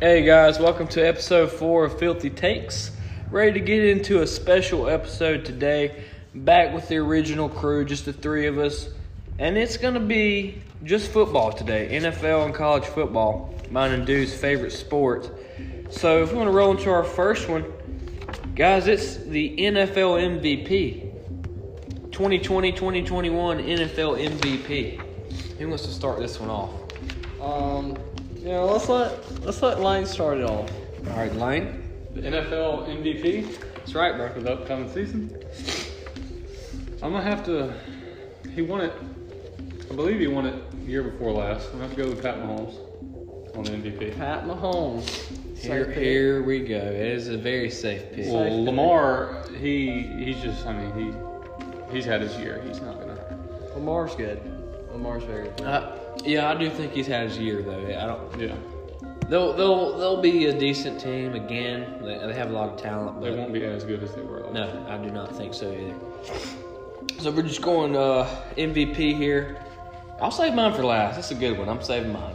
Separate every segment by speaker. Speaker 1: Hey guys, welcome to episode four of Filthy Takes. Ready to get into a special episode today. Back with the original crew, just the three of us. And it's going to be just football today NFL and college football, mine and Dew's favorite sport. So if we want to roll into our first one, guys, it's the NFL MVP. 2020 2021 NFL MVP. Who wants to start this one off?
Speaker 2: Um, you know, let's let let's let Lane start it off.
Speaker 1: All right, Lane.
Speaker 3: The NFL MVP
Speaker 1: That's right, bro.
Speaker 3: for the upcoming season. I'm gonna have to. He won it. I believe he won it the year before last. I'm gonna have to go with Pat Mahomes on the MVP.
Speaker 2: Pat Mahomes. Safe
Speaker 1: Here,
Speaker 2: pick.
Speaker 1: here we go. It is a very safe pick.
Speaker 2: Safe
Speaker 3: Well,
Speaker 2: pick.
Speaker 3: Lamar, he he's just. I mean, he he's had his year. He's not gonna.
Speaker 2: Lamar's good. Lamar's very good.
Speaker 1: Uh, yeah, I do think he's had his year though. I don't.
Speaker 3: Yeah,
Speaker 1: They'll they'll they'll be a decent team again. They, they have a lot of talent,
Speaker 3: they
Speaker 1: but
Speaker 3: won't be as good as they were last.
Speaker 1: no, I do not think so either. So we're just going uh, MVP here. I'll save mine for last. That's a good one. I'm saving mine.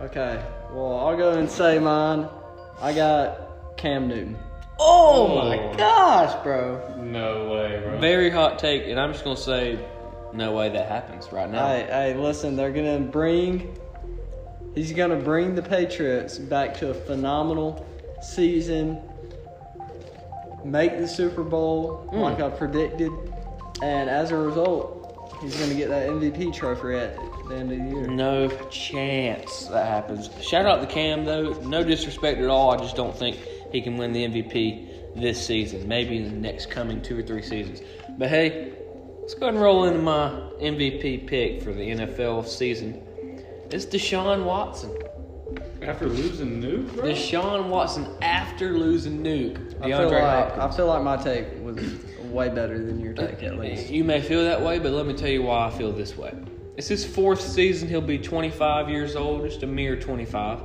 Speaker 2: Okay. Well, I'll go and say mine. I got Cam Newton.
Speaker 1: Oh,
Speaker 3: my
Speaker 2: Gosh, bro.
Speaker 3: No way, bro.
Speaker 1: Very hot take, and I'm just gonna say, no way that happens right now.
Speaker 2: Hey, hey, listen. They're gonna bring. He's gonna bring the Patriots back to a phenomenal season. Make the Super Bowl like I predicted, and as a result, he's gonna get that MVP trophy at the end of the year.
Speaker 1: No chance that happens. Shout out to Cam though. No disrespect at all. I just don't think he can win the MVP this season. Maybe in the next coming two or three seasons. But hey, let's go ahead and roll into my MVP pick for the NFL season. It's Deshaun Watson.
Speaker 3: After losing Nuke, bro.
Speaker 1: Deshaun Watson after losing Nuke.
Speaker 2: I feel,
Speaker 1: DeAndre
Speaker 2: like,
Speaker 1: Hopkins.
Speaker 2: I feel like my take was way better than your take, at least.
Speaker 1: You may feel that way, but let me tell you why I feel this way. It's his fourth season. He'll be 25 years old, just a mere 25.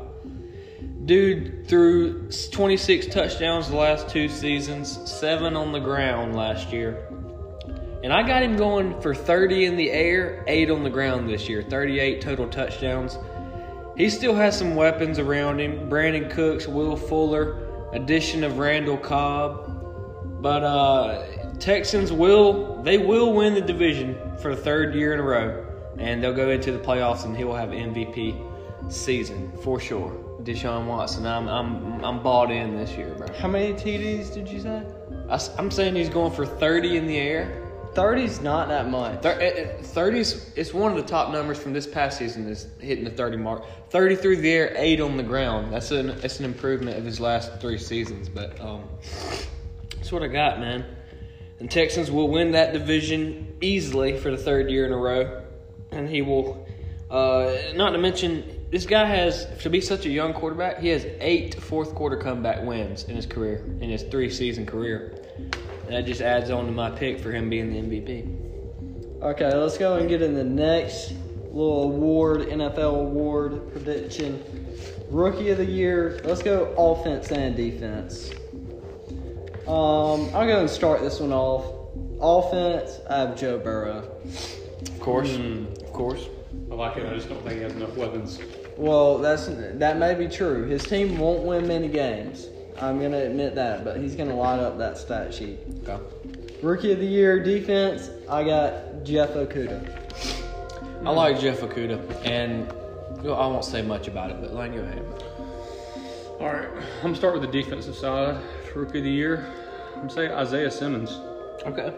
Speaker 1: Dude threw 26 touchdowns the last two seasons, seven on the ground last year. And I got him going for 30 in the air, eight on the ground this year, 38 total touchdowns. He still has some weapons around him Brandon Cooks, Will Fuller, addition of Randall Cobb, but uh, Texans will they will win the division for the third year in a row, and they'll go into the playoffs, and he will have MVP season for sure. Deshaun Watson, I'm I'm I'm bought in this year, bro.
Speaker 2: How many TDs did you say?
Speaker 1: I, am saying he's going for 30 in the air.
Speaker 2: 30's not that much.
Speaker 1: Thir- eh, eh, 30s, it's one of the top numbers from this past season. Is hitting the 30 mark. 30 through the air, eight on the ground. That's an that's an improvement of his last three seasons. But um, That's what I got, man. And Texans will win that division easily for the third year in a row. And he will, uh, not to mention, this guy has, to be such a young quarterback, he has eight fourth quarter comeback wins in his career, in his three season career. And that just adds on to my pick for him being the MVP.
Speaker 2: Okay, let's go and get in the next little award, NFL award prediction. Rookie of the year. Let's go offense and defense. Um, I'll go and start this one off. Offense, I have Joe Burrow.
Speaker 1: Of course. Of course.
Speaker 3: I like it. I just don't think he has enough weapons.
Speaker 2: Well, that's that may be true. His team won't win many games. I'm gonna admit that, but he's gonna light up that stat sheet.
Speaker 1: Okay.
Speaker 2: Rookie of the year defense, I got Jeff Okuda.
Speaker 1: I like Jeff Okuda, and well, I won't say much about it, but Lane, go ahead.
Speaker 3: All right, I'm gonna start with the defensive side for rookie of the year. I'm saying Isaiah Simmons.
Speaker 1: Okay.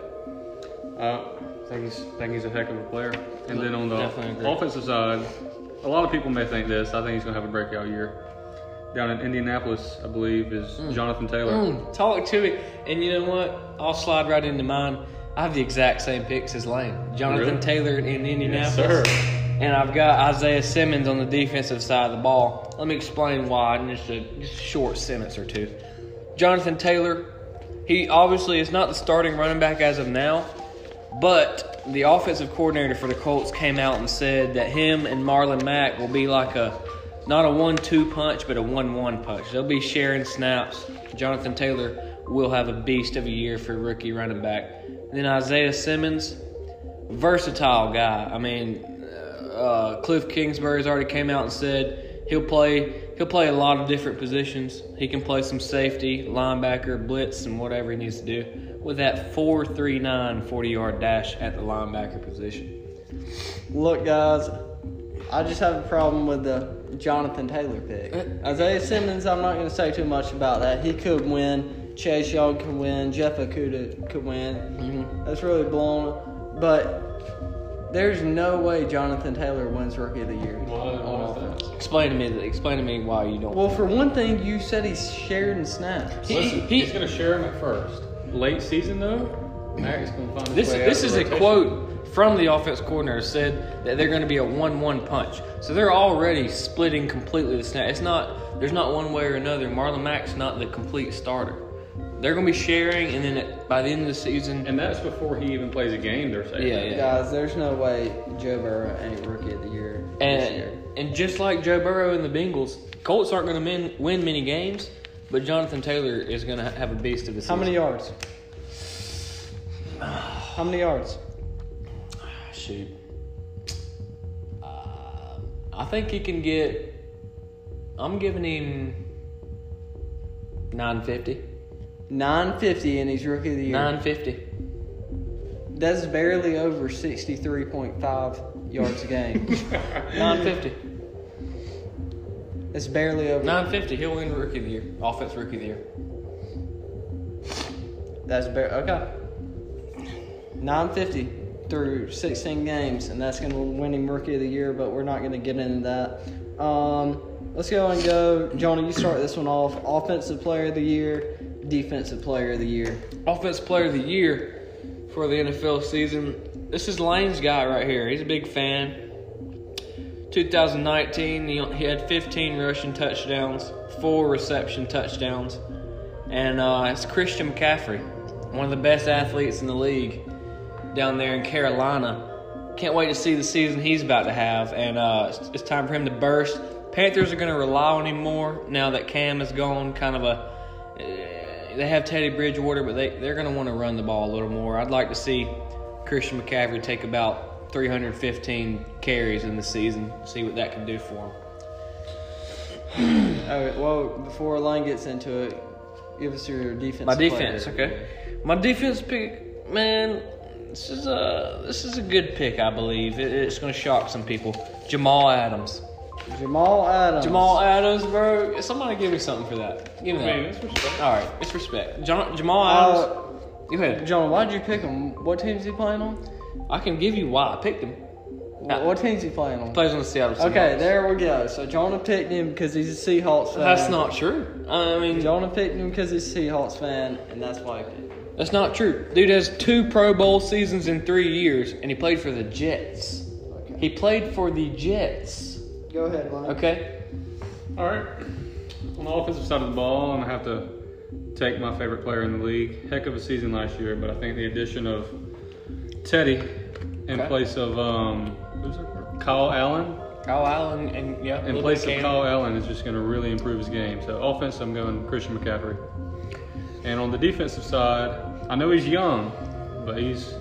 Speaker 3: Uh, I think he's, I think he's a heck of a player. And then on the
Speaker 1: Definitely agree.
Speaker 3: offensive side, a lot of people may think this. I think he's going to have a breakout year. Down in Indianapolis, I believe, is
Speaker 1: Hmm.
Speaker 3: Jonathan Taylor.
Speaker 1: Mm, talk to me. And you know what? I'll slide right into mine. I have the exact same picks as Lane. Jonathan
Speaker 3: Really?
Speaker 1: Taylor in Indianapolis.
Speaker 3: sir.
Speaker 1: And I've got Isaiah Simmons on the defensive side of the ball. Let me explain why in just a, just a short sentence or two. Jonathan Taylor, he obviously is not the starting running back as of now, but the offensive coordinator for the Colts came out and said that him and Marlon Mack will be like a not a one-two punch, but a one-one punch. They'll be sharing snaps. Jonathan Taylor will have a beast of a year for rookie running back. Then Isaiah Simmons, versatile guy. I mean, uh, Cliff Kingsbury's already came out and said he'll play he'll play a lot of different positions. He can play some safety, linebacker, blitz, and whatever he needs to do with that 4.39 40 yard dash at the linebacker position.
Speaker 2: Look, guys, I just have a problem with the Jonathan Taylor pick. Isaiah Simmons, I'm not going to say too much about that. He could win. Chase Young could win. Jeff Okuda could win. That's really blown. But there's no way Jonathan Taylor wins Rookie of the Year. on offense.
Speaker 1: Explain to me explain to me why you don't.
Speaker 2: Well, for one thing, you said he's shared in snaps.
Speaker 1: He-
Speaker 3: Listen,
Speaker 1: he-
Speaker 3: he's going to share him at first. Late season though, Maggie's going to find his
Speaker 1: This
Speaker 3: way out
Speaker 1: this
Speaker 3: of
Speaker 1: is
Speaker 3: the
Speaker 1: a
Speaker 3: rotation.
Speaker 1: quote from the offense coordinator said that they're going to be a one-one punch. So they're already splitting completely the snap. It's not there's not one way or another. Marlon Mack's not the complete starter. They're going to be sharing, and then at, by the end of the season,
Speaker 3: And that's before he even plays a game. They're saying.
Speaker 1: Yeah, yeah.
Speaker 2: Guys, there's no way Joe Burrow ain't Rookie of the Year this year.
Speaker 1: and and just like Joe Burrow and the Bengals, Colts aren't going to min, win many games, but Jonathan Taylor is going to have a beast of a
Speaker 2: How
Speaker 1: season.
Speaker 2: many yards? How many yards?
Speaker 1: Shoot. Uh, I think he can get. I'm giving him 950.
Speaker 2: 950, and he's Rookie of the Year.
Speaker 1: 950.
Speaker 2: That's barely over 63.5 yards a game.
Speaker 1: 950.
Speaker 2: It's barely over.
Speaker 1: 950. He'll win rookie of the year. Offense rookie of the year.
Speaker 2: That's bare. Okay. 950 through 16 games, and that's going to win him Rookie of the Year, but we're not going to get into that. Um, let's go and go. Johnny, you start this one off. Offensive Player of the Year, Defensive Player of the Year.
Speaker 1: Offense player of the year for the NFL season. This is Lane's guy right here. He's a big fan. 2019, he, he had 15 rushing touchdowns, four reception touchdowns, and uh, it's Christian McCaffrey, one of the best athletes in the league down there in Carolina. Can't wait to see the season he's about to have, and uh, it's, it's time for him to burst. Panthers are going to rely on him more now that Cam is gone. Kind of a eh, they have Teddy Bridgewater, but they they're going to want to run the ball a little more. I'd like to see Christian McCaffrey take about 315 carries in the season. See what that can do for him.
Speaker 2: All right, Oh, well, before Line gets into it, give us your defense.
Speaker 1: My defense, okay. My defense pick, man. This is a this is a good pick, I believe. It, it's going to shock some people. Jamal Adams.
Speaker 2: Jamal Adams.
Speaker 1: Jamal Adams, bro. Somebody give me something for that. Give me
Speaker 3: I
Speaker 1: that.
Speaker 3: mean, that's respect.
Speaker 1: All right, it's respect. John, Jamal Adams.
Speaker 2: Uh,
Speaker 1: go ahead.
Speaker 2: John, why'd you pick him? What team's he playing on?
Speaker 1: I can give you why I picked him.
Speaker 2: What, what team's he playing on?
Speaker 1: Plays on the Seattle. Uh, Seahawks.
Speaker 2: Okay, there we go. So Jonah picked him because he's a Seahawks fan.
Speaker 1: That's not true. I mean,
Speaker 2: Jonah picked him because he's a Seahawks fan, and that's why he picked him.
Speaker 1: that's not true. Dude has two Pro Bowl seasons in three years, and he played for the Jets.
Speaker 2: Okay.
Speaker 1: He played for the Jets.
Speaker 2: Go ahead, Lon.
Speaker 1: Okay.
Speaker 3: All right. On the offensive side of the ball, I'm gonna have to take my favorite player in the league. Heck of a season last year, but I think the addition of Teddy in
Speaker 1: Okay.
Speaker 3: place of um, who's their quarterback? Kyle Allen
Speaker 1: Kyle Allen and yeah.
Speaker 3: in place of Kyle Allen is just gonna really improve his game. So offense, I'm going Christian McCaffrey. And on the defensive side, I know he's young, but he's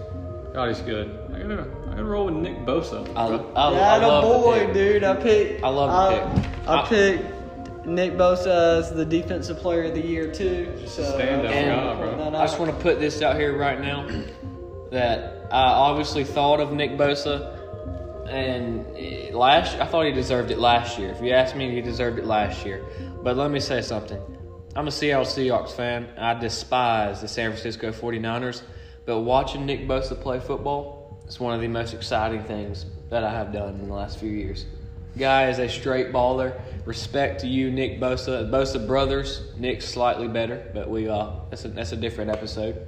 Speaker 3: God, he's good. I gotta, I gotta roll with Nick Bosa.
Speaker 1: I, I, I
Speaker 2: That a
Speaker 1: love the
Speaker 2: boy,
Speaker 1: pick.
Speaker 2: dude. I picked.
Speaker 1: I love the pick.
Speaker 2: I,
Speaker 1: I-
Speaker 2: picked Nick Bosa as the defensive player of the year too. So
Speaker 3: stand-up
Speaker 2: uh,
Speaker 1: guy,
Speaker 3: bro.
Speaker 2: no, no.
Speaker 1: I just want to put this out here right now that I obviously thought of Nick Bosa, and eh, last I thought he deserved it last year. If you ask me, he deserved it last year. But let me say something. I'm a Seattle Seahawks fan. I despise the San Francisco 49ers, but watching Nick Bosa play football is one of the most exciting things that I have done in the last few years. Guy is a straight baller. Respect to you, Nick Bosa. Bosa brothers. Nick's slightly better, but we uh, that's a that's a different episode.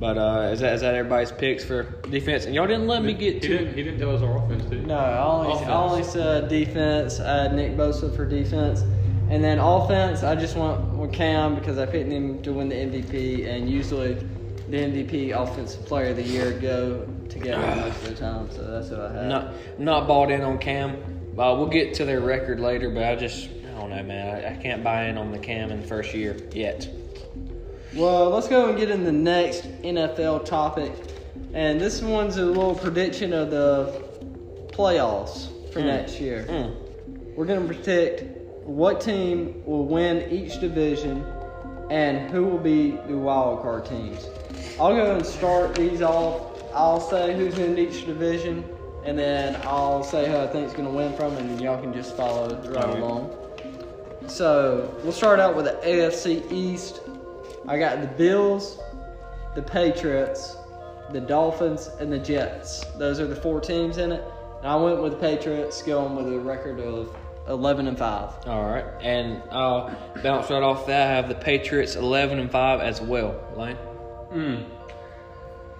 Speaker 1: But uh, is that is that everybody's picks for defense? And y'all didn't let me
Speaker 3: He
Speaker 1: get to.
Speaker 3: didn't, he didn't tell us our offense, did he?
Speaker 2: No, I only, I only said defense. I had Nick Bosa for defense. And then offense, I just went with Cam because I picked him to win the MVP. And usually the MVP, Offensive Player of the Year, go together most of the time. So that's what I had.
Speaker 1: I'm not I'm not bought in on Cam. Uh, we'll get to their record later, but I just I don't know, man. I, I can't buy in on the Cam in the first year yet.
Speaker 2: Well, let's go and get in the next NFL topic. And this one's a little prediction of the playoffs for next year.
Speaker 1: Mm.
Speaker 2: We're going to predict what team will win each division and who will be the wild card teams. I'll go and start these off. I'll say who's in each division, and then I'll say who I think's going to win from, and y'all can just follow right
Speaker 3: Okay.
Speaker 2: along. So we'll start out with the AFC East. I got the Bills, the Patriots, the Dolphins, and the Jets. Those are the four teams in it. And I went with the Patriots, going with a record of 11 and 5.
Speaker 1: All right, and I'll bounce right off that. I have the Patriots eleven and five as well. Lane.
Speaker 3: Hmm.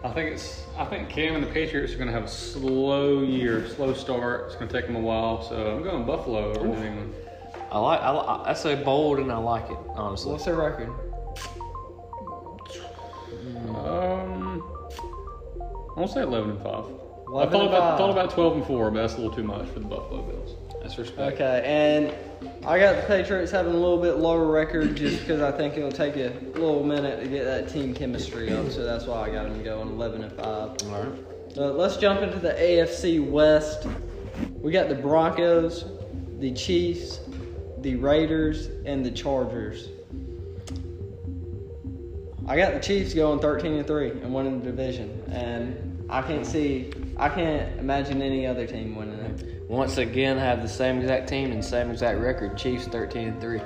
Speaker 3: I think it's. I think Cam and the Patriots are going to have a slow year, slow start. It's going to take them a while. So I'm going Buffalo over New England.
Speaker 1: I like. I, li- I say bold, and I like it honestly.
Speaker 2: What's their record?
Speaker 3: Um, I won't say 11 and five. I
Speaker 2: 11
Speaker 3: thought
Speaker 2: and
Speaker 3: about
Speaker 2: five.
Speaker 3: thought about 12 and four, but that's a little too much for the Buffalo Bills.
Speaker 1: That's respect.
Speaker 2: Okay, and I got the Patriots having a little bit lower record just because I think it'll take a little minute to get that team chemistry up. So that's why I got them going 11 and 5.
Speaker 1: All right.
Speaker 2: Uh, let's jump into the AFC West. We got the Broncos, the Chiefs, the Raiders, and the Chargers. I got the Chiefs going 13 and 3 and winning the division, and I can't see, I can't imagine any other team winning it.
Speaker 1: Once again, I have the same exact team and same exact record. Chiefs thirteen and three.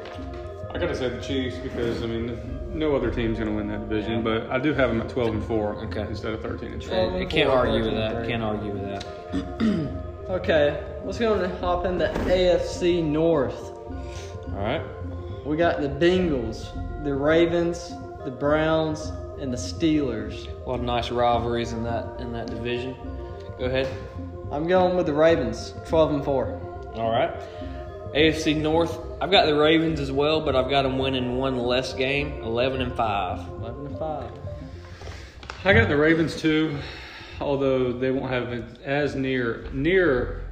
Speaker 3: I gotta say the Chiefs because I mean no other team's gonna win that division, but I do have them at 12 and four
Speaker 1: Okay.
Speaker 3: instead of 13 and three.
Speaker 2: Twelve
Speaker 1: I
Speaker 2: and
Speaker 1: can't
Speaker 2: four,
Speaker 1: argue with
Speaker 2: 13 and
Speaker 1: that.
Speaker 2: three.
Speaker 1: Can't argue with that.
Speaker 2: Okay, let's go and hop into AFC North.
Speaker 1: All right.
Speaker 2: We got the Bengals, the Ravens, the Browns, and the Steelers.
Speaker 1: A lot of nice rivalries in that in that division. Go ahead.
Speaker 2: I'm going with the Ravens, 12 and 4.
Speaker 1: All right. AFC North. I've got the Ravens as well, but I've got them winning one less game, eleven and five.
Speaker 2: 11 to 5.
Speaker 3: I got the Ravens too, although they won't have as near near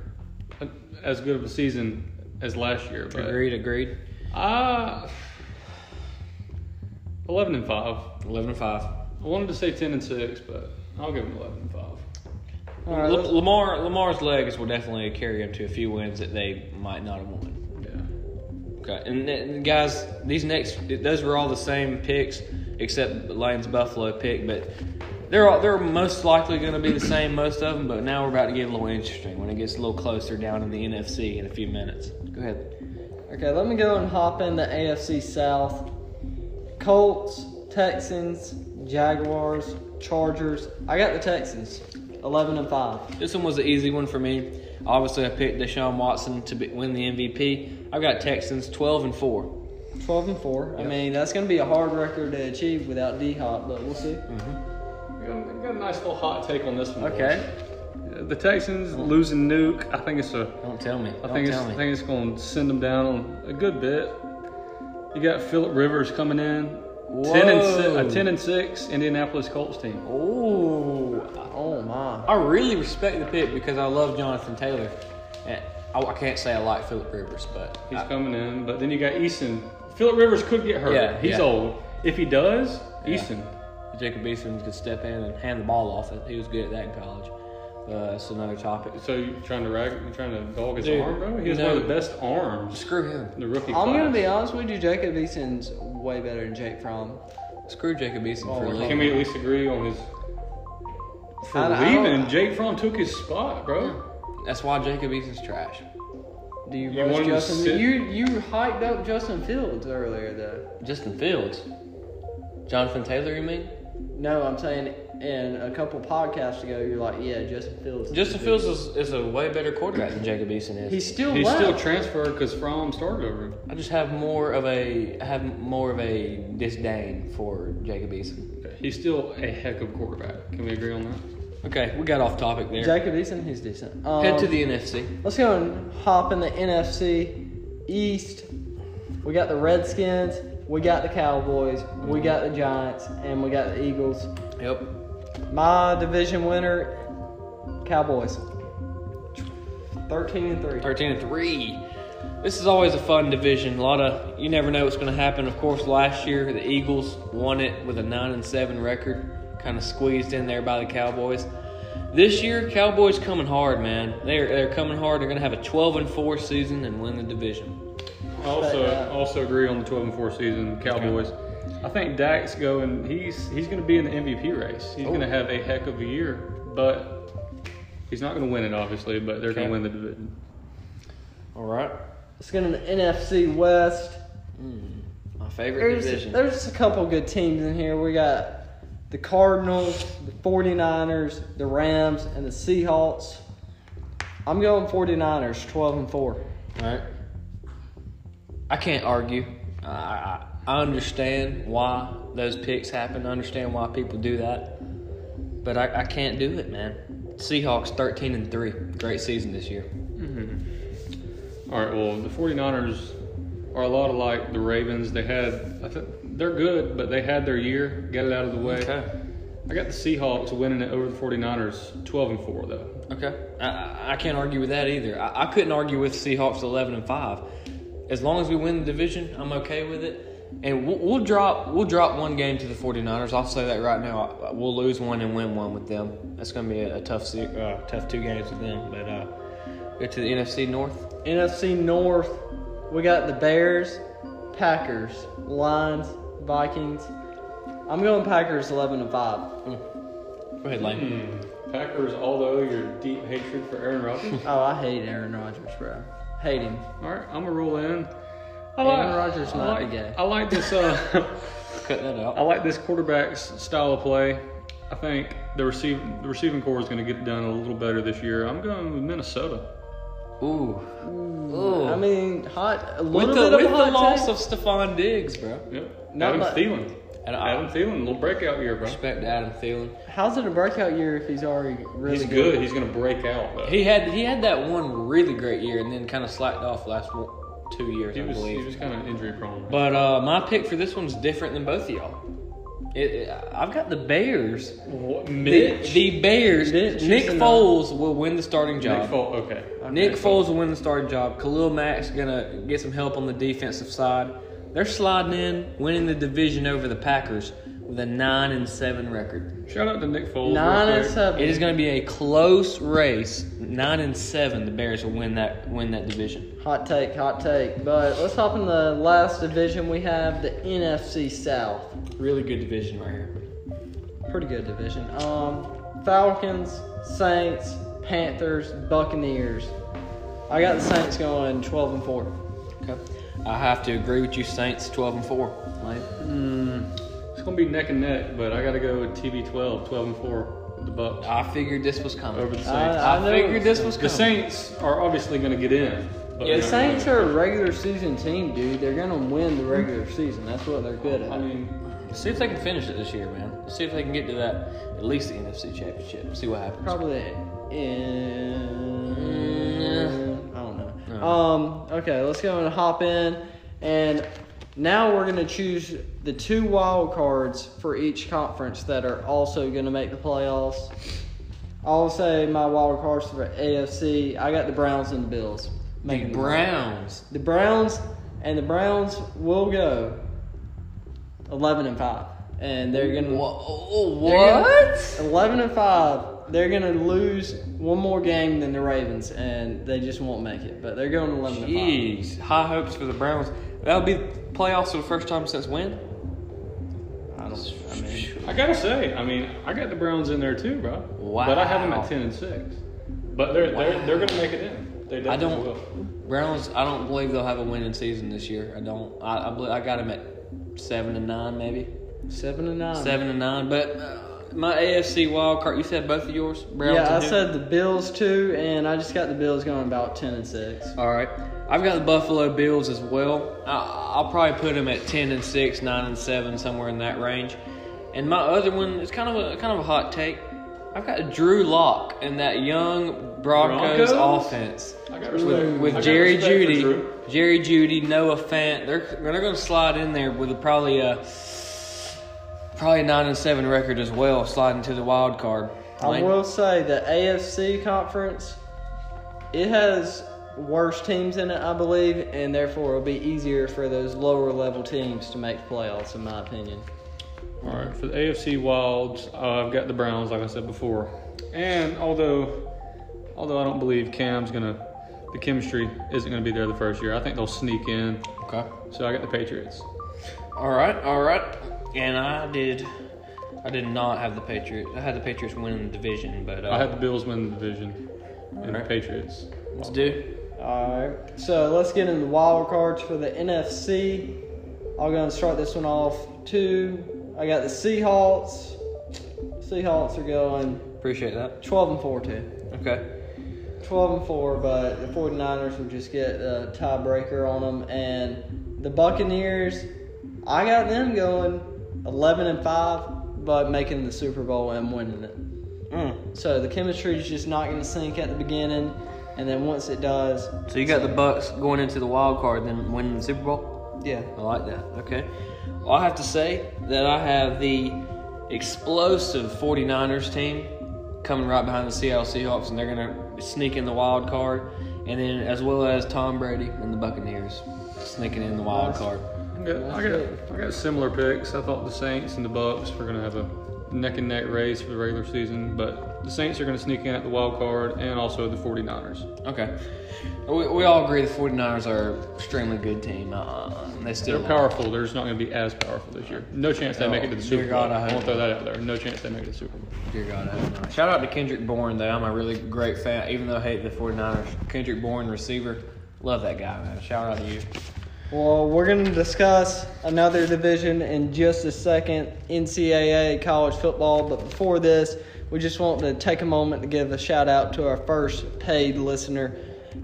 Speaker 3: uh, as good of a season as last year. But
Speaker 1: Agreed. Agreed.
Speaker 3: Uh, 11 and five.
Speaker 1: Eleven and five.
Speaker 3: I wanted to say 10 and six, but I'll give them 11 and five.
Speaker 2: All right,
Speaker 1: Lam-
Speaker 2: let's-
Speaker 1: Lamar Lamar's legs will definitely carry him to a few wins that they might not have won.
Speaker 3: Yeah.
Speaker 1: Okay, and then, guys, these next those were all the same picks except Lane's Buffalo pick, but they're all, they're most likely going to be the same most of them. But now we're about to get a little interesting when it gets a little closer down in the NFC in a few minutes. Go ahead.
Speaker 2: okay, let me go and hop into AFC South. Colts, Texans, Jaguars, Chargers. I got the Texans, 11 and 5.
Speaker 1: This one was an easy one for me. Obviously, I picked Deshaun Watson to be, win the MVP. I've got Texans twelve and four.
Speaker 2: 12 and 4. I mean, that's going to be a hard record to achieve without D Hop, but we'll see.
Speaker 3: We got, we got a nice little hot take on this one.
Speaker 2: Okay.
Speaker 3: boys. The Texans losing Nuke. I think it's a.
Speaker 1: Don't tell me.
Speaker 3: I
Speaker 1: Don't
Speaker 3: think it's,
Speaker 1: tell
Speaker 3: I
Speaker 1: me.
Speaker 3: think it's going to send them down a good bit. You got Philip Rivers coming in. Ten and
Speaker 1: Whoa.
Speaker 3: six, a ten and six Indianapolis Colts team.
Speaker 1: Oh,
Speaker 2: Oh, my.
Speaker 1: I really respect the pick because I love Jonathan Taylor. And I, I can't say I like Philip Rivers, but
Speaker 3: He's
Speaker 1: I-
Speaker 3: coming in, but then you got Easton. Philip Rivers could get hurt.
Speaker 1: Yeah,
Speaker 3: he's
Speaker 1: yeah.
Speaker 3: old. If he does,
Speaker 1: Yeah.
Speaker 3: Easton.
Speaker 1: Jacob Eason could step in and hand the ball off. He was good at that in college. Uh, that's another topic.
Speaker 3: So you trying to rag? You trying to dog his
Speaker 1: Dude,
Speaker 3: arm, bro? He has
Speaker 1: no.
Speaker 3: one of the best arms.
Speaker 1: Screw him.
Speaker 3: in The rookie.
Speaker 2: I'm going to
Speaker 3: class.
Speaker 2: be honest with you, Jacob Eason's way better than Jake Fromm.
Speaker 1: Screw Jacob Eason for
Speaker 2: Oh,
Speaker 1: leaving.
Speaker 3: Can we at least agree on his? For
Speaker 2: I- I don't-
Speaker 3: leaving, Jake Fromm took his spot, bro.
Speaker 1: That's why Jacob Eason's trash.
Speaker 2: Do you,
Speaker 3: You
Speaker 2: roast
Speaker 3: want him to
Speaker 2: Justin?
Speaker 3: sit-
Speaker 2: You you hyped up Justin Fields earlier though.
Speaker 1: Justin Fields. Jonathan Taylor, you mean?
Speaker 2: No, I'm saying in a couple podcasts ago, you're like, yeah, Justin Fields. is
Speaker 1: Justin
Speaker 2: the
Speaker 1: Fields is, is a way better quarterback than Jacob Eason
Speaker 2: dude.
Speaker 1: is.
Speaker 2: He's still
Speaker 3: He's
Speaker 2: left.
Speaker 3: still transferred because Fromm started over. him.
Speaker 1: I just have more of a I have more of a disdain for Jacob Eason.
Speaker 3: He's still a heck of a quarterback. Can we agree on that?
Speaker 1: Okay, we got off topic there.
Speaker 2: Jacob Eason, he's decent. Um,
Speaker 1: Head to the NFC.
Speaker 2: Let's go and hop in the NFC East. We got the Redskins. We got the Cowboys. We got the Giants, and we got the Eagles.
Speaker 1: Yep.
Speaker 2: My division winner, Cowboys. Thirteen and three.
Speaker 1: 13 and 3. This is always a fun division. A lot of you never know what's going to happen. Of course, last year the Eagles won it with a 9 and 7 record, kind of squeezed in there by the Cowboys. This year, Cowboys coming hard, man. They're they're coming hard. They're gonna have a 12 and 4 season and win the division.
Speaker 3: I also
Speaker 2: But, uh,
Speaker 3: also agree on the 12 and 4 season Cowboys. I think Dak's going. He's he's going to be in the MVP race. He's going to have a heck of a year, but he's not going to win it obviously. But they're
Speaker 1: Okay.
Speaker 3: going to win the division.
Speaker 1: All right,
Speaker 2: Let's go to the NFC West.
Speaker 1: my favorite
Speaker 2: There's,
Speaker 1: division.
Speaker 2: there's just a couple good teams in here. We got the Cardinals, the 49ers, the Rams, and the Seahawks. I'm going 49ers, 12 and 4.
Speaker 1: All right. I can't argue. I, I, I understand why those picks happen. I understand why people do that. But I, I can't do it, man. Seahawks 13 and 3. Great season this year.
Speaker 3: All right. Well, the 49ers are a lot alike the Ravens. They had I th- they're good, but they had their year. Get it out of the way. I got the Seahawks winning it over the 49ers, 12 and 4 though.
Speaker 1: Okay. I- I, I can't argue with that either. I, I couldn't argue with Seahawks 11 and 5. As long as we win the division, I'm okay with it. And we'll, we'll drop we'll drop one game to the 49ers. I'll say that right now. I- We'll lose one and win one with them. That's going to be a, a tough se- uh, tough two games with them. But uh, go to the NFC North.
Speaker 2: NFC North, we got the Bears, Packers, Lions, Vikings. I'm going Packers 11 and 5.
Speaker 1: Go ahead, Lane.
Speaker 3: Packers, although your deep hatred for Aaron Rodgers.
Speaker 2: Oh, I hate Aaron Rodgers, bro. Hate him.
Speaker 3: All right, I'm gonna roll in. I
Speaker 2: Aaron Rodgers
Speaker 3: I
Speaker 2: might be
Speaker 3: like-
Speaker 2: gay.
Speaker 3: I like this. Uh,
Speaker 2: Hmm.
Speaker 1: Cut that
Speaker 3: I
Speaker 1: out.
Speaker 3: like this quarterback's style of play. I think the receive the receiving core is going to get done a little better this year. I'm going with Minnesota.
Speaker 1: Ooh.
Speaker 2: I mean, hot a
Speaker 1: With
Speaker 2: little
Speaker 1: the,
Speaker 2: bit
Speaker 1: with
Speaker 2: of
Speaker 1: the
Speaker 2: a hot
Speaker 1: loss
Speaker 2: take.
Speaker 1: of Stephon Diggs, bro.
Speaker 3: Yep.
Speaker 2: Not
Speaker 3: Adam
Speaker 2: much-
Speaker 3: Thielen.
Speaker 1: And I-
Speaker 3: Adam Thielen, little breakout year, bro.
Speaker 1: Respect to Adam Thielen.
Speaker 2: How's it a breakout year if he's already really
Speaker 3: He's good. He's going to break out. Though.
Speaker 1: He had he had that one really great year and then kind of slacked off last one, two years,
Speaker 3: He
Speaker 1: I
Speaker 3: was
Speaker 1: believe.
Speaker 3: he was kind of injury prone.
Speaker 1: But uh, my pick for this one's different than both of y'all. It, it- I've got the Bears.
Speaker 3: What,
Speaker 1: The,
Speaker 3: Mitch.
Speaker 1: the Bears.
Speaker 2: Mitch,
Speaker 1: Nick
Speaker 2: Houston,
Speaker 1: Foles will win the starting
Speaker 3: Nick
Speaker 1: job. Nick,
Speaker 3: Foles. Okay.
Speaker 1: Foles will win the starting job. Khalil Mack's gonna get some help on the defensive side. They're sliding in, winning the division over the Packers with a nine and seven record.
Speaker 3: Shout out to Nick Foles. real
Speaker 2: Nine and
Speaker 3: quick.
Speaker 2: seven.
Speaker 1: It is going to be a close race. Nine and seven, the Bears will win that win that division.
Speaker 2: Hot take, hot take. But let's hop in the last division we have, the NFC South.
Speaker 1: Really good division right here.
Speaker 2: Pretty good division. Um, Falcons, Saints, Panthers, Buccaneers. I got the Saints going 12 and 4.
Speaker 1: Okay. I have to agree with you, Saints, twelve and four. Lane.
Speaker 3: It's going to be neck and neck, but I got to go with TB12, 12 and 4, with the Bucks
Speaker 1: I figured this was coming.
Speaker 3: over the Saints.
Speaker 2: I know
Speaker 1: Uh, I figured
Speaker 2: it's-
Speaker 1: this was
Speaker 3: The
Speaker 1: coming.
Speaker 3: Saints are obviously going to get in. But
Speaker 2: The Saints are a regular season team, dude. They're gonna win the regular season. That's what they're good
Speaker 3: I
Speaker 2: at.
Speaker 3: mean,
Speaker 1: See if they can finish it this year, man. See if they can get to that at least the NFC Championship. See what happens.
Speaker 2: Probably in. I don't know.
Speaker 1: No.
Speaker 2: Um. Okay, let's go and hop in, and now we're gonna choose the two wild cards for each conference that are also gonna make the playoffs. I'll say my wild cards for AFC. I got the Browns and the Bills.
Speaker 1: The Browns.
Speaker 2: The Browns and the Browns will go eleven and five, and they're gonna
Speaker 1: Wha- oh,
Speaker 2: they're gonna-
Speaker 1: What?
Speaker 2: eleven and five. They're gonna lose one more game than the Ravens, and they just won't make it. But they're going eleven and five.
Speaker 1: Jeez. High hopes for the Browns. That'll be playoffs for the first time since when?
Speaker 2: I don't. I mean,
Speaker 3: I gotta say, I mean, I got the Browns in there too, bro.
Speaker 1: Wow.
Speaker 3: But I have them at ten and six. But they're they're, they're gonna make it in. They definitely
Speaker 1: I don't.
Speaker 3: will.
Speaker 1: Browns. I don't believe they'll have a winning season this year. I don't. I I, believe, I got them at seven and nine maybe.
Speaker 2: seven and nine.
Speaker 1: Seven and nine. But uh, my AFC wild card. You said both of yours. Browns
Speaker 2: Yeah, I
Speaker 1: and who?
Speaker 2: said the Bills too, and I just got the Bills going about ten and six.
Speaker 1: All right, I've got the Buffalo Bills as well. I, I'll probably put them at ten and six, nine and seven, somewhere in that range. And my other one is kind of a kind of a hot take. I've got Drew Lock and that young Broncos,
Speaker 3: Broncos?
Speaker 1: offense
Speaker 3: I got
Speaker 1: with,
Speaker 3: respect. I
Speaker 1: with
Speaker 3: got
Speaker 1: Jerry
Speaker 3: respect for
Speaker 1: Judy,
Speaker 3: Drew.
Speaker 1: Jerry Judy, Noah Fant. They're they're going to slide in there with a, probably a probably a nine and seven record as well, sliding to the wild card.
Speaker 2: I
Speaker 1: Lane?
Speaker 2: will say the AFC conference, it has worse teams in it, I believe, and therefore it'll be easier for those lower level teams to make playoffs, in my opinion.
Speaker 3: All right, for the AFC Wilds, uh, I've got the Browns, like I said before. And although, although I don't believe Cam's gonna, the chemistry isn't gonna be there the first year. I think they'll sneak in.
Speaker 1: Okay.
Speaker 3: So I got the Patriots.
Speaker 1: All right, all right. And I did, I did not have the Patriots. I had the Patriots winning the division, but uh,
Speaker 3: I had the Bills win the division, and the
Speaker 1: Alright.
Speaker 3: Patriots.
Speaker 1: let's do.
Speaker 2: All right. So let's get into the wild cards for the NFC. I'm going to start this one off too. I got the Seahawks. Seahawks are going
Speaker 1: Appreciate that.
Speaker 2: 12 and 4 too.
Speaker 1: Okay.
Speaker 2: 12 and 4, but the 49ers will just get a tiebreaker on them. And the Buccaneers, I got them going 11 and 5, but making the Super Bowl and winning it.
Speaker 1: Mm.
Speaker 2: So the chemistry is just not going to sink at the beginning, and then once it does,
Speaker 1: So you got the Bucks going into the wild card, then winning the Super Bowl.
Speaker 2: yeah.
Speaker 1: I like that. Okay. Well, I have to say that I have the explosive 49ers team coming right behind the Seattle Seahawks, and they're gonna sneak in the wild card, and then as well as Tom Brady and the Buccaneers sneaking in the wild card.
Speaker 3: I got, I got, I got similar picks. I thought the Saints and the Bucks were gonna have a neck and neck race for the regular season, but the Saints are gonna sneak in at the wild card, and also the 49ers.
Speaker 1: Okay. We, we all agree the 49ers are an extremely good team. Uh, they still
Speaker 3: They're powerful. They're just not gonna be as powerful this year. No chance they
Speaker 1: Oh,
Speaker 3: make it to the
Speaker 1: dear
Speaker 3: Super Bowl.
Speaker 1: God, I hope
Speaker 3: I won't throw that out there. No chance they make it to the Super Bowl.
Speaker 1: Dear God, I hope not. Shout out to Kendrick Bourne, though. I'm a really great fan, even though I hate the 49ers. Kendrick Bourne, receiver. Love that guy, man. Shout out to you.
Speaker 2: Well, we're going to discuss another division in just a second NCAA college football. But before this, we just want to take a moment to give a shout out to our first paid listener,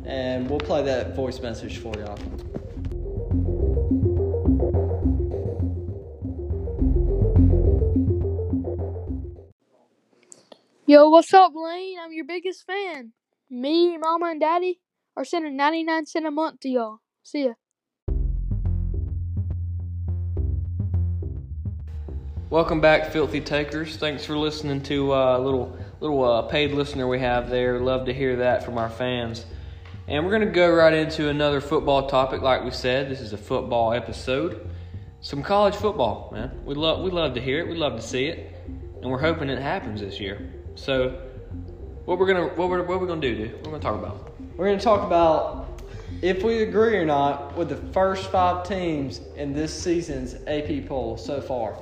Speaker 2: and we'll play that voice message for y'all.
Speaker 4: Yo, what's up, Lane? I'm your biggest fan. Me, Mama, and Daddy are sending 99 cent a month to y'all. See ya.
Speaker 1: Welcome back, Filthy Takers. Thanks for listening to a uh, little little uh, paid listener we have there. Love to hear that from our fans. And we're gonna go right into another football topic. Like we said, this is a football episode. Some college football, man. We love we love to hear it. We love to see it, and we're hoping it happens this year. So, what we're gonna what we're what we're gonna do? Dude? We're gonna talk about.
Speaker 2: We're going to talk about if we agree or not with the first five teams in this season's AP poll so far.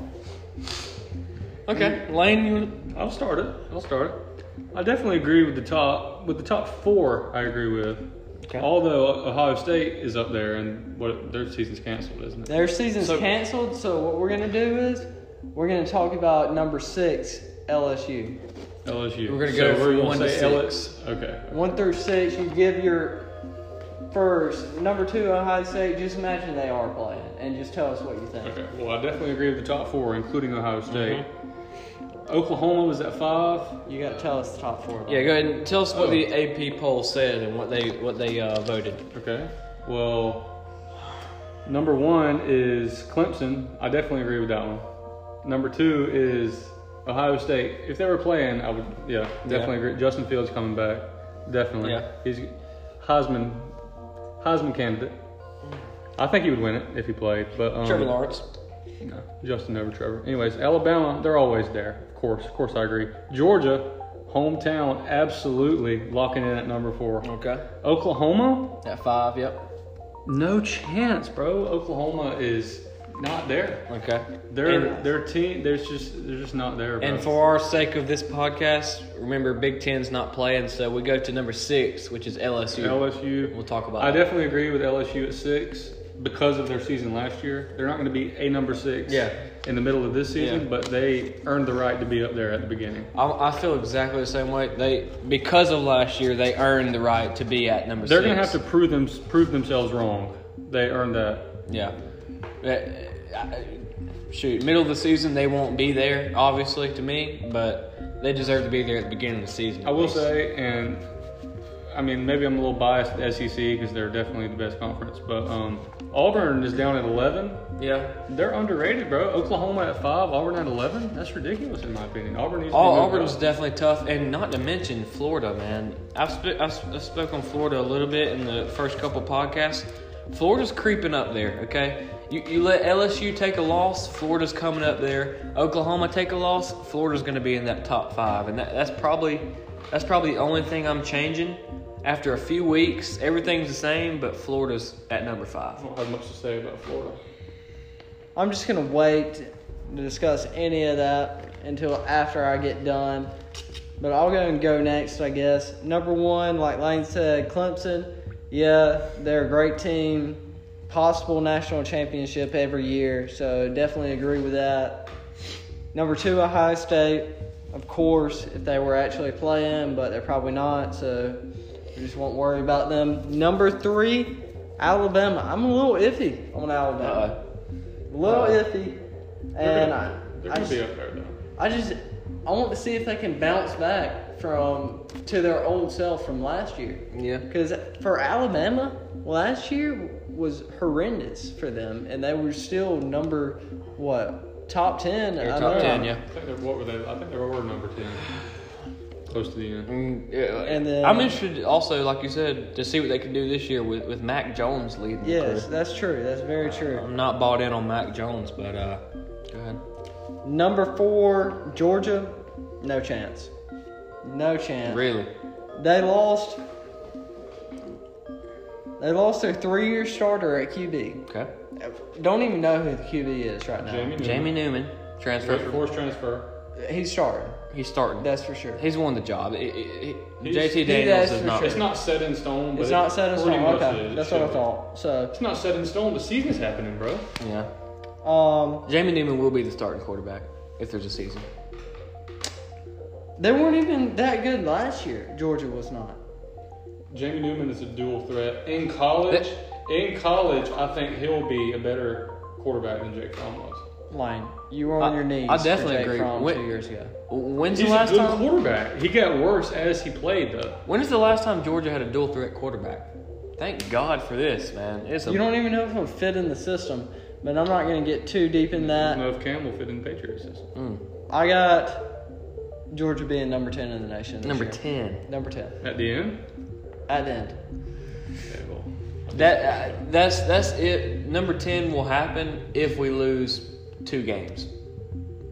Speaker 1: Okay, Lane, you
Speaker 3: I'll start it. I'll start it. I definitely agree with the top. With the top four, I agree with.
Speaker 1: Okay.
Speaker 3: Although Ohio State is up there, and what their season's canceled, isn't it?
Speaker 2: Their season's
Speaker 1: So-
Speaker 2: canceled, so what we're going to do is we're going to talk about number six, LSU.
Speaker 3: LSU.
Speaker 1: We're gonna
Speaker 3: So
Speaker 1: go from
Speaker 3: gonna
Speaker 1: one to
Speaker 3: say
Speaker 1: six.
Speaker 3: LS Okay.
Speaker 2: One through six, you give your first. Number two, Ohio State, just imagine they are playing and just tell us what you think.
Speaker 3: Okay. Well, I definitely agree with the top four, including Ohio State.
Speaker 1: Mm-hmm.
Speaker 3: Oklahoma was at five.
Speaker 2: You got to tell us the top four.
Speaker 1: yeah, go ahead and tell us what the AP poll said and what they what they uh, voted.
Speaker 3: Okay. Well, number one is Clemson. I definitely agree with that one. Number two is Ohio State. If they were playing, I would, yeah, definitely agree. Justin Fields coming back, definitely.
Speaker 1: Yeah.
Speaker 3: He's Heisman, Heisman candidate. I think he would win it if he played, but um,
Speaker 1: Trevor Lawrence.
Speaker 3: No, Justin over Trevor. Anyways, Alabama, they're always there. Of course, of course, I agree. Georgia, hometown, absolutely locking in at number four.
Speaker 1: Okay.
Speaker 3: Oklahoma,
Speaker 1: At five, yep.
Speaker 3: no chance, bro. Oklahoma is not there.
Speaker 1: Okay.
Speaker 3: Their
Speaker 1: And-
Speaker 3: their team, there's just they're just not there. Bro.
Speaker 1: And for our sake of this podcast, remember Big Ten's not playing, so we go to number six, which is LSU.
Speaker 3: LSU,
Speaker 1: We'll talk about
Speaker 3: I
Speaker 1: it.
Speaker 3: definitely agree with LSU at six because of their season last year. They're not going to be a number six.
Speaker 1: Yeah.
Speaker 3: In the middle of this season,
Speaker 1: Yeah.
Speaker 3: but they earned the right to be up there at the beginning.
Speaker 1: I, I feel exactly the same way. They because of last year, they earned the right to be at number
Speaker 3: They're
Speaker 1: six.
Speaker 3: going to have to prove them prove themselves wrong. They earned that.
Speaker 1: Yeah. Uh, I- Shoot, middle of the season they won't be there, obviously to me, but they deserve to be there at the beginning of the season.
Speaker 3: I
Speaker 1: at
Speaker 3: will
Speaker 1: least.
Speaker 3: say, and I mean, maybe I'm a little biased at SEC because they're definitely the best conference. But um, Auburn is down at 11.
Speaker 1: Yeah.
Speaker 3: They're underrated, bro. Oklahoma at five, Auburn at 11. That's ridiculous in my opinion. Auburn needs
Speaker 1: Oh,
Speaker 3: to be moved
Speaker 1: Auburn's
Speaker 3: up.
Speaker 1: definitely tough, and not to mention Florida, man. I've, sp- I've, sp- I've spoke on Florida a little bit in the first couple podcasts. Florida's creeping up there, okay? You, you let LSU take a loss, Florida's coming up there. Oklahoma take a loss, Florida's going to be in that top five, and that, that's probably that's probably the only thing I'm changing. After a few weeks, everything's the same, but Florida's at number five.
Speaker 3: I don't have much to say about Florida.
Speaker 2: I'm just gonna wait to discuss any of that until after I get done. But I'll go and go next, I guess. Number one, like Lane said, Clemson. Yeah, they're a great team. Possible national championship every year, so definitely agree with that. Number two, Ohio State. Of course, if they were actually playing, but they're probably not, so we just won't worry about them. Number three, Alabama. I'm a little iffy on Alabama
Speaker 1: Uh,
Speaker 2: a little
Speaker 1: Uh,
Speaker 2: iffy, and I,
Speaker 3: They're
Speaker 2: I,
Speaker 3: going to be
Speaker 2: just,
Speaker 3: up there, though.
Speaker 2: I just I want to see if they can bounce back from to their old self from last year.
Speaker 1: yeah.
Speaker 2: Because for Alabama, last year was horrendous for them, and they were still number what top ten.
Speaker 1: They're
Speaker 2: I
Speaker 1: top
Speaker 2: know.
Speaker 1: 10, yeah.
Speaker 3: I think they're, what were they? I think they were number 10. Close to the end.
Speaker 1: Mm, yeah.
Speaker 2: And then-
Speaker 1: I'm interested also, like you said, to see what they can do this year with, with Mac Jones leading. the
Speaker 2: Yes,
Speaker 1: crew.
Speaker 2: that's true. That's very true.
Speaker 1: I'm not bought in on Mac Jones, but uh, go ahead.
Speaker 2: Number four, Georgia, no chance. No chance.
Speaker 1: Really?
Speaker 2: They lost. They lost their three-year starter at QB.
Speaker 1: Okay.
Speaker 2: Don't even know who the QB is right now.
Speaker 3: Jamie Newman.
Speaker 1: Jamie Newman transfer.
Speaker 3: Wake
Speaker 1: From,
Speaker 3: Forest transfer.
Speaker 2: He's starting.
Speaker 1: he's starting.
Speaker 2: That's for sure.
Speaker 1: He's won the job. It- it- it-
Speaker 3: He's-
Speaker 1: JT
Speaker 3: he's
Speaker 1: Daniels
Speaker 2: asked
Speaker 1: is
Speaker 2: for
Speaker 1: not.
Speaker 2: sure.
Speaker 3: It's not set in stone, but
Speaker 2: It's
Speaker 3: it
Speaker 2: not set in
Speaker 3: pretty
Speaker 2: stone.
Speaker 3: much
Speaker 2: Okay,
Speaker 3: is. It
Speaker 2: that's what I
Speaker 3: should be.
Speaker 2: thought. So,
Speaker 3: It's not set in stone. The season's happening, bro.
Speaker 1: Yeah.
Speaker 2: um,
Speaker 1: Jamie Newman will be the starting quarterback if there's a season.
Speaker 2: they weren't even that good last year. Georgia was not.
Speaker 3: Jamie Newman is a dual threat in college. In college, I think he'll be a better quarterback than Jake Fromm was.
Speaker 2: Lane, you were on
Speaker 1: I-
Speaker 2: your knees.
Speaker 1: I definitely
Speaker 2: for Jake
Speaker 1: agree.
Speaker 2: Fromm
Speaker 1: When-
Speaker 2: two years ago.
Speaker 1: When's
Speaker 3: He's
Speaker 1: the
Speaker 3: a
Speaker 1: last
Speaker 3: good
Speaker 1: time?
Speaker 3: quarterback. He got worse as he played, though.
Speaker 1: When is the last time Georgia had a dual threat quarterback? Thank God for this, man. It's a,
Speaker 2: You don't even know if he'll fit in the system, but I'm not going to get too deep in
Speaker 3: I
Speaker 2: that.
Speaker 3: don't know if Cam will fit in the Patriots system.
Speaker 1: Mm.
Speaker 2: I got Georgia being number ten in the nation. this
Speaker 1: number
Speaker 2: year.
Speaker 1: ten.
Speaker 2: Number ten
Speaker 3: At the end,
Speaker 2: at the end.
Speaker 3: okay, well,
Speaker 1: That uh, that's that's it. Number ten will happen if we lose two games.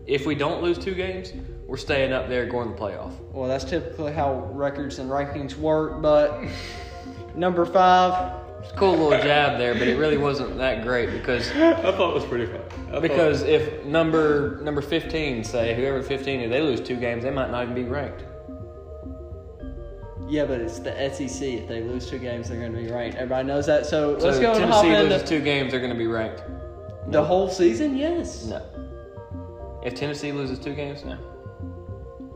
Speaker 1: If we don't lose two games, we're staying up there going to the playoff.
Speaker 2: Well, that's typically how records and rankings work, but number five,
Speaker 1: It's a cool little jab there, but it really wasn't that great because
Speaker 3: I thought it was pretty fun. I thought-
Speaker 1: because if number number fifteen say whoever fifteen if they lose two games they might not even be ranked.
Speaker 2: yeah, but it's the SEC. If they lose two games, they're going to be ranked. Everybody knows that. So, let's
Speaker 1: so
Speaker 2: go
Speaker 1: if
Speaker 2: and hop
Speaker 1: Tennessee loses
Speaker 2: into
Speaker 1: two games they're going to be ranked.
Speaker 2: the whole season. Yes.
Speaker 1: No. If Tennessee loses two games, no.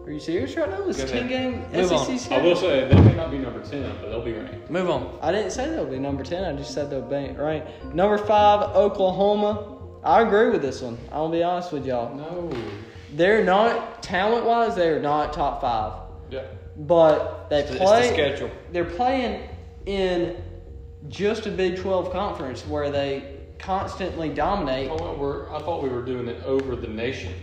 Speaker 2: Are you serious right now? It's
Speaker 1: Go
Speaker 2: ten
Speaker 1: ahead.
Speaker 2: game
Speaker 1: Move
Speaker 2: SEC
Speaker 1: on.
Speaker 3: I
Speaker 2: schedule.
Speaker 3: will say they may not be number ten, but they'll be ranked.
Speaker 1: Move on.
Speaker 2: I didn't say they'll be number ten. I just said they'll be ranked. Number five, Oklahoma. I agree with this one. I'll be honest with y'all.
Speaker 3: No.
Speaker 2: They're not talent wise. They are not top five.
Speaker 3: Yeah.
Speaker 2: But they
Speaker 1: It's the
Speaker 2: play.
Speaker 1: schedule.
Speaker 2: They're playing in just a Big 12 conference where they constantly dominate.
Speaker 3: I thought, we're, I thought we were doing it over the nation.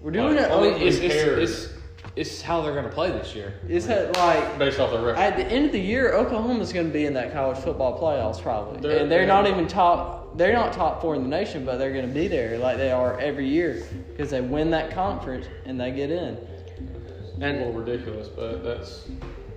Speaker 2: We're doing it.
Speaker 3: I mean,
Speaker 2: over-
Speaker 1: It's,
Speaker 3: Who
Speaker 1: it's,
Speaker 3: cares?
Speaker 1: it's, it's how they're going to play this year.
Speaker 2: Is that like
Speaker 3: Based off their record.
Speaker 2: at the end of the year, Oklahoma's going to be in that college football playoffs probably,
Speaker 3: They're-
Speaker 2: and they're not
Speaker 3: they're-
Speaker 2: even top. They're not top four in the nation, but they're going to be there like they are every year because they win that conference and they get in.
Speaker 3: a little
Speaker 1: And
Speaker 3: ridiculous, but that's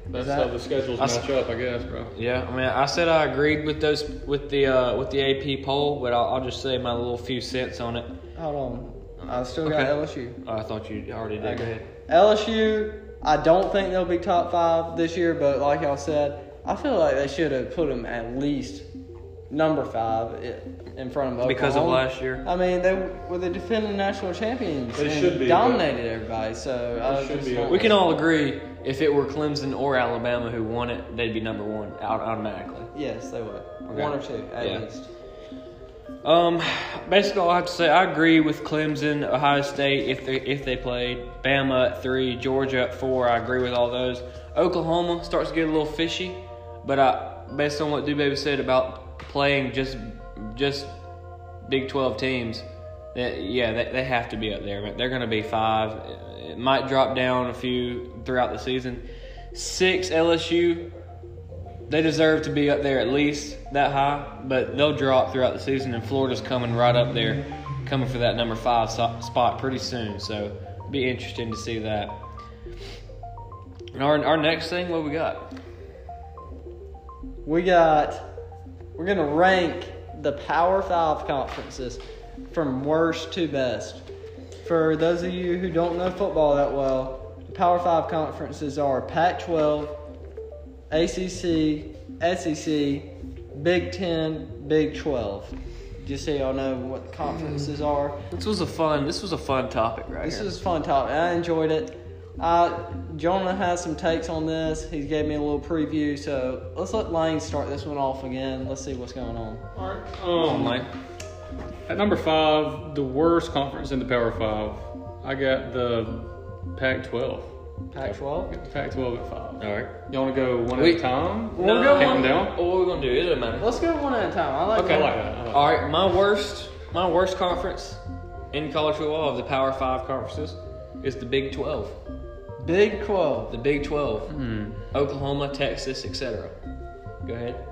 Speaker 3: that's
Speaker 2: that-
Speaker 3: how the schedules
Speaker 1: I s-
Speaker 3: match up, I guess, bro.
Speaker 1: yeah, I mean, I said I agreed with those with the uh, with the AP poll, but I'll, I'll just say my little few cents on it.
Speaker 2: Hold on, I still got
Speaker 1: Okay.
Speaker 2: LSU.
Speaker 1: I thought you already did. Go ahead.
Speaker 2: LSU, I don't think they'll be top five this year, but like y'all said, I feel like they should have put them at least number five i- in front of Oklahoma.
Speaker 1: Because of last year?
Speaker 2: I mean, they were the defending national champions.
Speaker 3: They
Speaker 2: and
Speaker 3: should be, but-
Speaker 2: dominated everybody. So I
Speaker 3: should
Speaker 2: just
Speaker 3: be.
Speaker 2: don't-
Speaker 1: We can all agree if it were Clemson or Alabama who won it, they'd be number one out automatically.
Speaker 2: Yes, they would.
Speaker 1: Okay.
Speaker 2: One or two at
Speaker 1: Yeah.
Speaker 2: least.
Speaker 1: Um, basically, all I have to say, I agree with Clemson, Ohio State if they if they played, Bama at three, Georgia at four. I agree with all those. Oklahoma starts to get a little fishy, but I, based on what Dubaby said about playing just just Big Twelve teams, that yeah, they, they have to be up there. They're going to be five. It might drop down a few throughout the season. Six LSU. They deserve to be up there at least that high, but they'll drop throughout the season. And Florida's coming right up there, coming for that number five so- spot pretty soon. So, be interesting to see that. And our our next thing, what we got?
Speaker 2: We got. We're gonna rank the Power Five conferences from worst to best. For those of you who don't know football that well, the Power Five conferences are Pac-12, ACC, SEC, E Big Ten, Big Twelve. Just so y'all know what the conferences are.
Speaker 1: This was a fun. This was a fun topic, right?
Speaker 2: This
Speaker 1: here.
Speaker 2: was a fun topic. I enjoyed it. Uh, Jonah has some takes on this. He gave me a little preview, so let's let Lane start this one off again. Let's see what's going on.
Speaker 3: All right.
Speaker 1: Like,
Speaker 3: At number five, the worst conference in the Power Five, I got the Pac-12. I
Speaker 2: Pac-12.
Speaker 3: got the Pac-12 at five.
Speaker 1: all right.
Speaker 3: You want to go one
Speaker 1: Wait.
Speaker 3: at a time?
Speaker 2: We're going-
Speaker 3: Count them down.
Speaker 1: What we're gonna do? It doesn't matter.
Speaker 2: Let's go one at a time. I like
Speaker 3: Okay, I
Speaker 2: that.
Speaker 3: like that. I like that.
Speaker 1: All right, my worst, my worst conference in college football of the Power Five conferences is the Big Twelve.
Speaker 2: Big 12.
Speaker 1: The Big Twelve, Oklahoma, Texas, etc. Go ahead.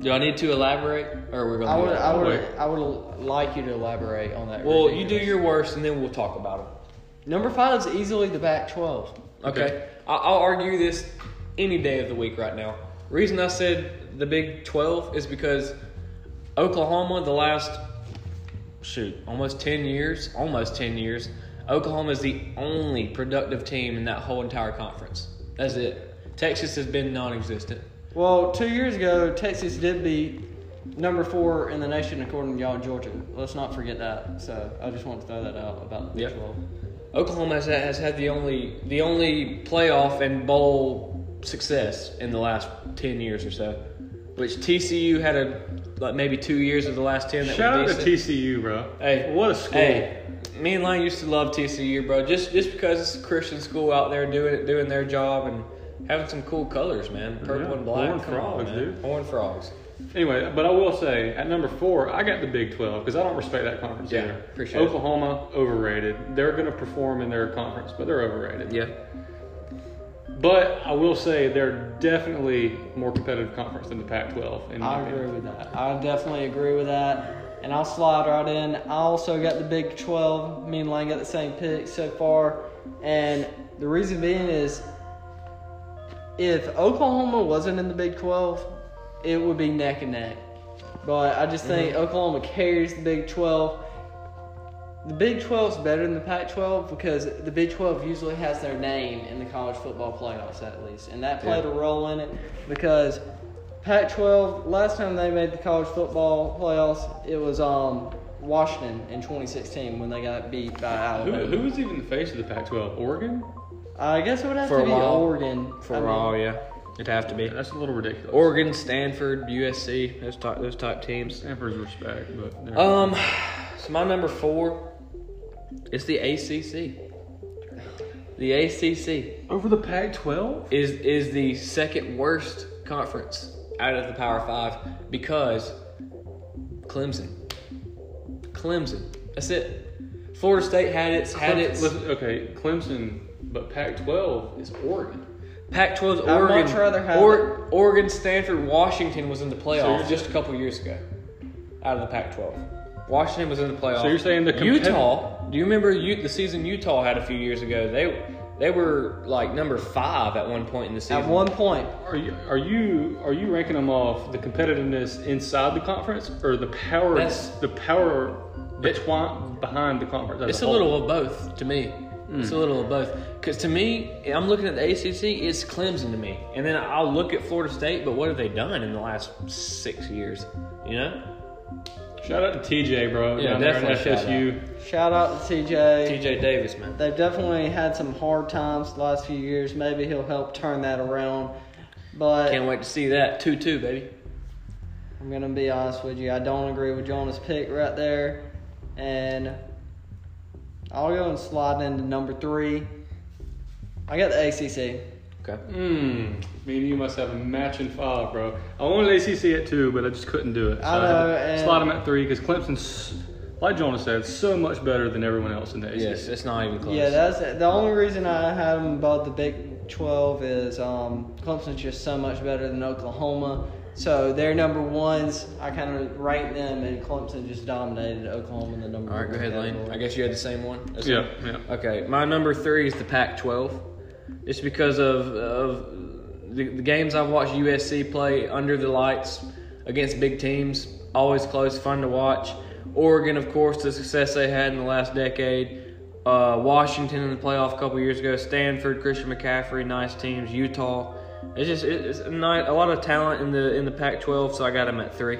Speaker 1: Do I need to elaborate, or we're gonna?
Speaker 2: I
Speaker 1: do
Speaker 2: would,
Speaker 1: that?
Speaker 2: I would,
Speaker 3: Wait.
Speaker 2: I would like you to elaborate on that.
Speaker 1: well,
Speaker 2: ridiculous.
Speaker 1: you do your worst, and then we'll talk about
Speaker 2: number five is easily the back 12.
Speaker 1: them. Okay. I- I'll argue this any day of the week right now. Reason I said the Big Twelve is because Oklahoma, the last shoot, almost 10 years, almost 10 years, Oklahoma is the only productive team in that whole entire conference. That's it. Texas has been non existent.
Speaker 2: Well, two years ago, Texas did beat number four in the nation according to y'all, Georgia. Let's not forget that. So I just want to throw that out about the Big
Speaker 1: Yep.
Speaker 2: 12.
Speaker 1: Oklahoma has, has had the only the only playoff and bowl success in the last ten years or so, which TCU had a like maybe two years of the last ten. That
Speaker 3: Shout
Speaker 1: were
Speaker 3: out to
Speaker 1: decent.
Speaker 3: TCU, bro.
Speaker 1: Hey,
Speaker 3: what a school.
Speaker 1: Hey, me and Lane used to love TCU, bro. Just just because it's a Christian school out there doing doing their job and having some cool colors, man. Purple
Speaker 3: Yeah,
Speaker 1: and black.
Speaker 3: Horned
Speaker 1: Come on,
Speaker 3: frogs,
Speaker 1: man.
Speaker 3: dude.
Speaker 1: Horned frogs.
Speaker 3: Anyway, but I will say at number four, I got the Big Twelve because I don't respect that conference
Speaker 1: Yeah,
Speaker 3: either.
Speaker 1: appreciate it.
Speaker 3: Oklahoma overrated. They're going to perform in their conference, but they're overrated.
Speaker 1: Yeah.
Speaker 3: But I will say they're definitely more competitive conference than the Pac-12. In my
Speaker 2: I
Speaker 3: opinion.
Speaker 2: agree with that. I definitely agree with that. And I'll slide right in. I also got the Big 12. Me and Lane got the same pick so far. And the reason being is if Oklahoma wasn't in the Big 12, it would be neck and neck. But I just
Speaker 3: Mm-hmm.
Speaker 2: think Oklahoma carries the Big 12. The Big 12 is better than the Pac 12 because the Big 12 usually has their name in the college football playoffs, at least. And that played a role in it because Pac 12, last time they made the college football playoffs, it was um, Washington in 2016 when they got beat by
Speaker 3: Who,
Speaker 2: Alabama.
Speaker 3: who was even the face of the Pac-12? Oregon?
Speaker 2: I guess it would have
Speaker 1: For
Speaker 2: to
Speaker 1: a
Speaker 2: be
Speaker 1: while.
Speaker 2: Oregon. I mean,
Speaker 1: yeah. It'd have to be.
Speaker 3: That's a little ridiculous.
Speaker 1: Oregon, Stanford, USC, those type those type teams.
Speaker 3: Stanford's respect, but they're-
Speaker 1: Um, so my number four is the ACC. The ACC
Speaker 3: over the Pac-12.
Speaker 1: is is the second worst conference out of the Power Five because Clemson. Clemson. That's it. Florida State had its had its
Speaker 3: Listen, okay, Clemson, but Pac-12 is Oregon.
Speaker 1: Pac-12's Oregon.
Speaker 2: I'd much rather have
Speaker 1: or, Oregon, Stanford, Washington was in the playoffs
Speaker 3: you're-
Speaker 1: just a couple years ago, out of the Pac-12. Washington was in the playoffs.
Speaker 3: So you're saying the compet-
Speaker 1: Utah? Do you remember U- the season Utah had a few years ago? They they were like number five at one point in the season.
Speaker 2: At one point,
Speaker 3: Are you are you are you ranking them off the competitiveness inside the conference or the power
Speaker 1: That's-
Speaker 3: the power between behind the conference? as
Speaker 1: It's a
Speaker 3: whole? Hmm.
Speaker 1: little of both to me. It's a little of both. Because to me, I'm looking at the ACC, it's Clemson to me. And then I'll look at Florida State, but what have they done in the last six years? You know?
Speaker 3: shout out to TJ, bro.
Speaker 1: Yeah,
Speaker 3: down there in
Speaker 1: definitely shout
Speaker 3: SSU.
Speaker 2: shout out to TJ.
Speaker 1: TJ Davis, man.
Speaker 2: They've definitely had some hard times the last few years. Maybe he'll help turn that around. But
Speaker 1: Can't wait to see that. 2 2, baby.
Speaker 2: I'm gonna be honest with you. I don't agree with Jonah's pick right there, and I'll go and slide into number three. I got the ACC.
Speaker 1: Okay.
Speaker 3: Mm, me and you must have a match in five, bro. I wanted ACC at two, but I just couldn't do it.
Speaker 2: I
Speaker 3: had
Speaker 2: know,
Speaker 3: to
Speaker 2: and-
Speaker 3: slide them at three because Clemson's, like Jonah said, so much better than everyone else in the ACC.
Speaker 1: Oh, Yes, it's not even close.
Speaker 2: Yeah, that's the only reason I had them above the big 12 is um, Clemson's just so much better than Oklahoma. So they're number ones. I kind of rank them, and Clemson just dominated Oklahoma in the number
Speaker 1: All right,
Speaker 2: one
Speaker 1: go ahead, Lane. I
Speaker 2: category.
Speaker 1: guess you had the same one. That's
Speaker 3: Yeah,
Speaker 1: it.
Speaker 3: yeah.
Speaker 1: Okay, my number three is the Pac-12. It's because of of the, the games I've watched USC play under the lights against big teams. Always close, fun to watch. Oregon, of course, the success they had in the last decade. Uh, Washington in the playoff a couple years ago. Stanford, Christian McCaffrey, nice teams. Utah. It's just it- it's a, ni- a lot of talent in the in the Pac-12, so I got them at three.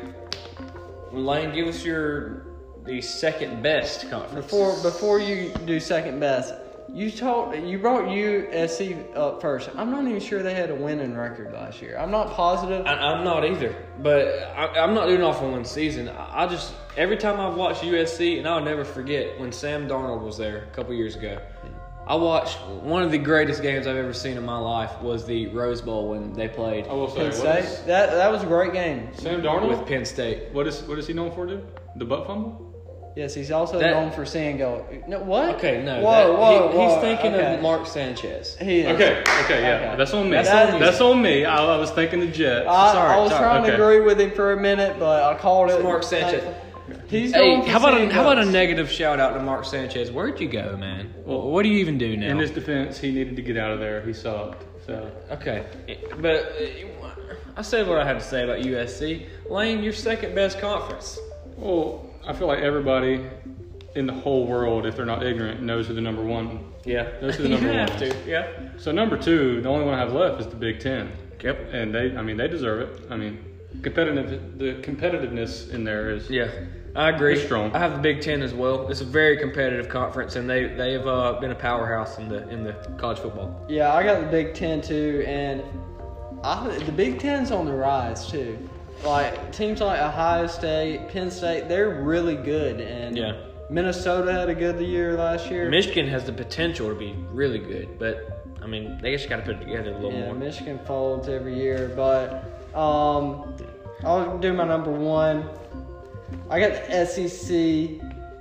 Speaker 1: Lane, give us your the second best conference.
Speaker 2: Before before you do second best, you talked you brought USC up first. I'm not even sure they had a winning record last year. I'm not positive.
Speaker 1: I, I'm not either, but I, I'm not doing off on one season. I, I just every time I watch USC, and I'll never forget when Sam Darnold was there a couple years ago. I watched one of the greatest games I've ever seen in my life was the Rose Bowl when they played
Speaker 3: I will say,
Speaker 2: Penn
Speaker 3: what
Speaker 2: State.
Speaker 3: is
Speaker 2: That that was a great game.
Speaker 3: Sam
Speaker 1: with
Speaker 3: Darnold?
Speaker 1: Penn State.
Speaker 3: What is what is he known for, dude? The butt fumble?
Speaker 2: Yes, he's also
Speaker 1: That-
Speaker 2: known for seeing go. No, what?
Speaker 1: Okay, no,
Speaker 2: Whoa,
Speaker 1: that- he-
Speaker 2: whoa, whoa.
Speaker 1: he's thinking
Speaker 2: okay.
Speaker 1: of Mark Sanchez.
Speaker 2: He is.
Speaker 3: Okay, okay, yeah.
Speaker 2: Okay. Ah.
Speaker 3: That's on me.
Speaker 2: That's
Speaker 3: That's,
Speaker 2: on
Speaker 3: on,
Speaker 2: you.
Speaker 3: me. I, I was thinking the Jets.
Speaker 2: I, I
Speaker 1: Sorry,
Speaker 2: was
Speaker 1: sorry.
Speaker 2: trying to
Speaker 3: Okay.
Speaker 2: agree with him for a minute, but I called
Speaker 1: It's
Speaker 2: it.
Speaker 1: Mark Sanchez.
Speaker 2: He's
Speaker 1: Hey,
Speaker 2: going for
Speaker 1: how about a,
Speaker 2: seeing
Speaker 1: how about a
Speaker 2: goals.
Speaker 1: negative shout out to Mark Sanchez? Where'd you go, man? Well, what do you even do now?
Speaker 3: In his defense, he needed to get out of there. He sucked. So
Speaker 1: Okay, but uh, I said what I had to say about USC. Lane, your second best conference.
Speaker 3: Well, I feel like everybody in the whole world, if they're not ignorant, knows who the number one.
Speaker 1: Yeah,
Speaker 3: Those are the number
Speaker 1: you have
Speaker 3: ones.
Speaker 1: to. Yeah.
Speaker 3: So number two, the only one I have left is the Big Ten,
Speaker 1: Yep.
Speaker 3: and they, I mean, they deserve it. I mean, competitive, the competitiveness in there is.
Speaker 1: Yeah, I agree.
Speaker 3: They're strong.
Speaker 1: I have the Big Ten as well. It's a very competitive conference, and they they've uh, been a powerhouse in the in the college football.
Speaker 2: Yeah, I got the Big Ten too, and I, th- the Big Ten's on the rise too. Like teams like Ohio State, Penn State, they're really good, and
Speaker 1: Yeah.
Speaker 2: Minnesota had a good year last year.
Speaker 1: Michigan has the potential to be really good, but I mean, they just got to put it together a little
Speaker 2: Yeah,
Speaker 1: more.
Speaker 2: Michigan folds every year, but um, I'll do my number one. I got the SEC. Should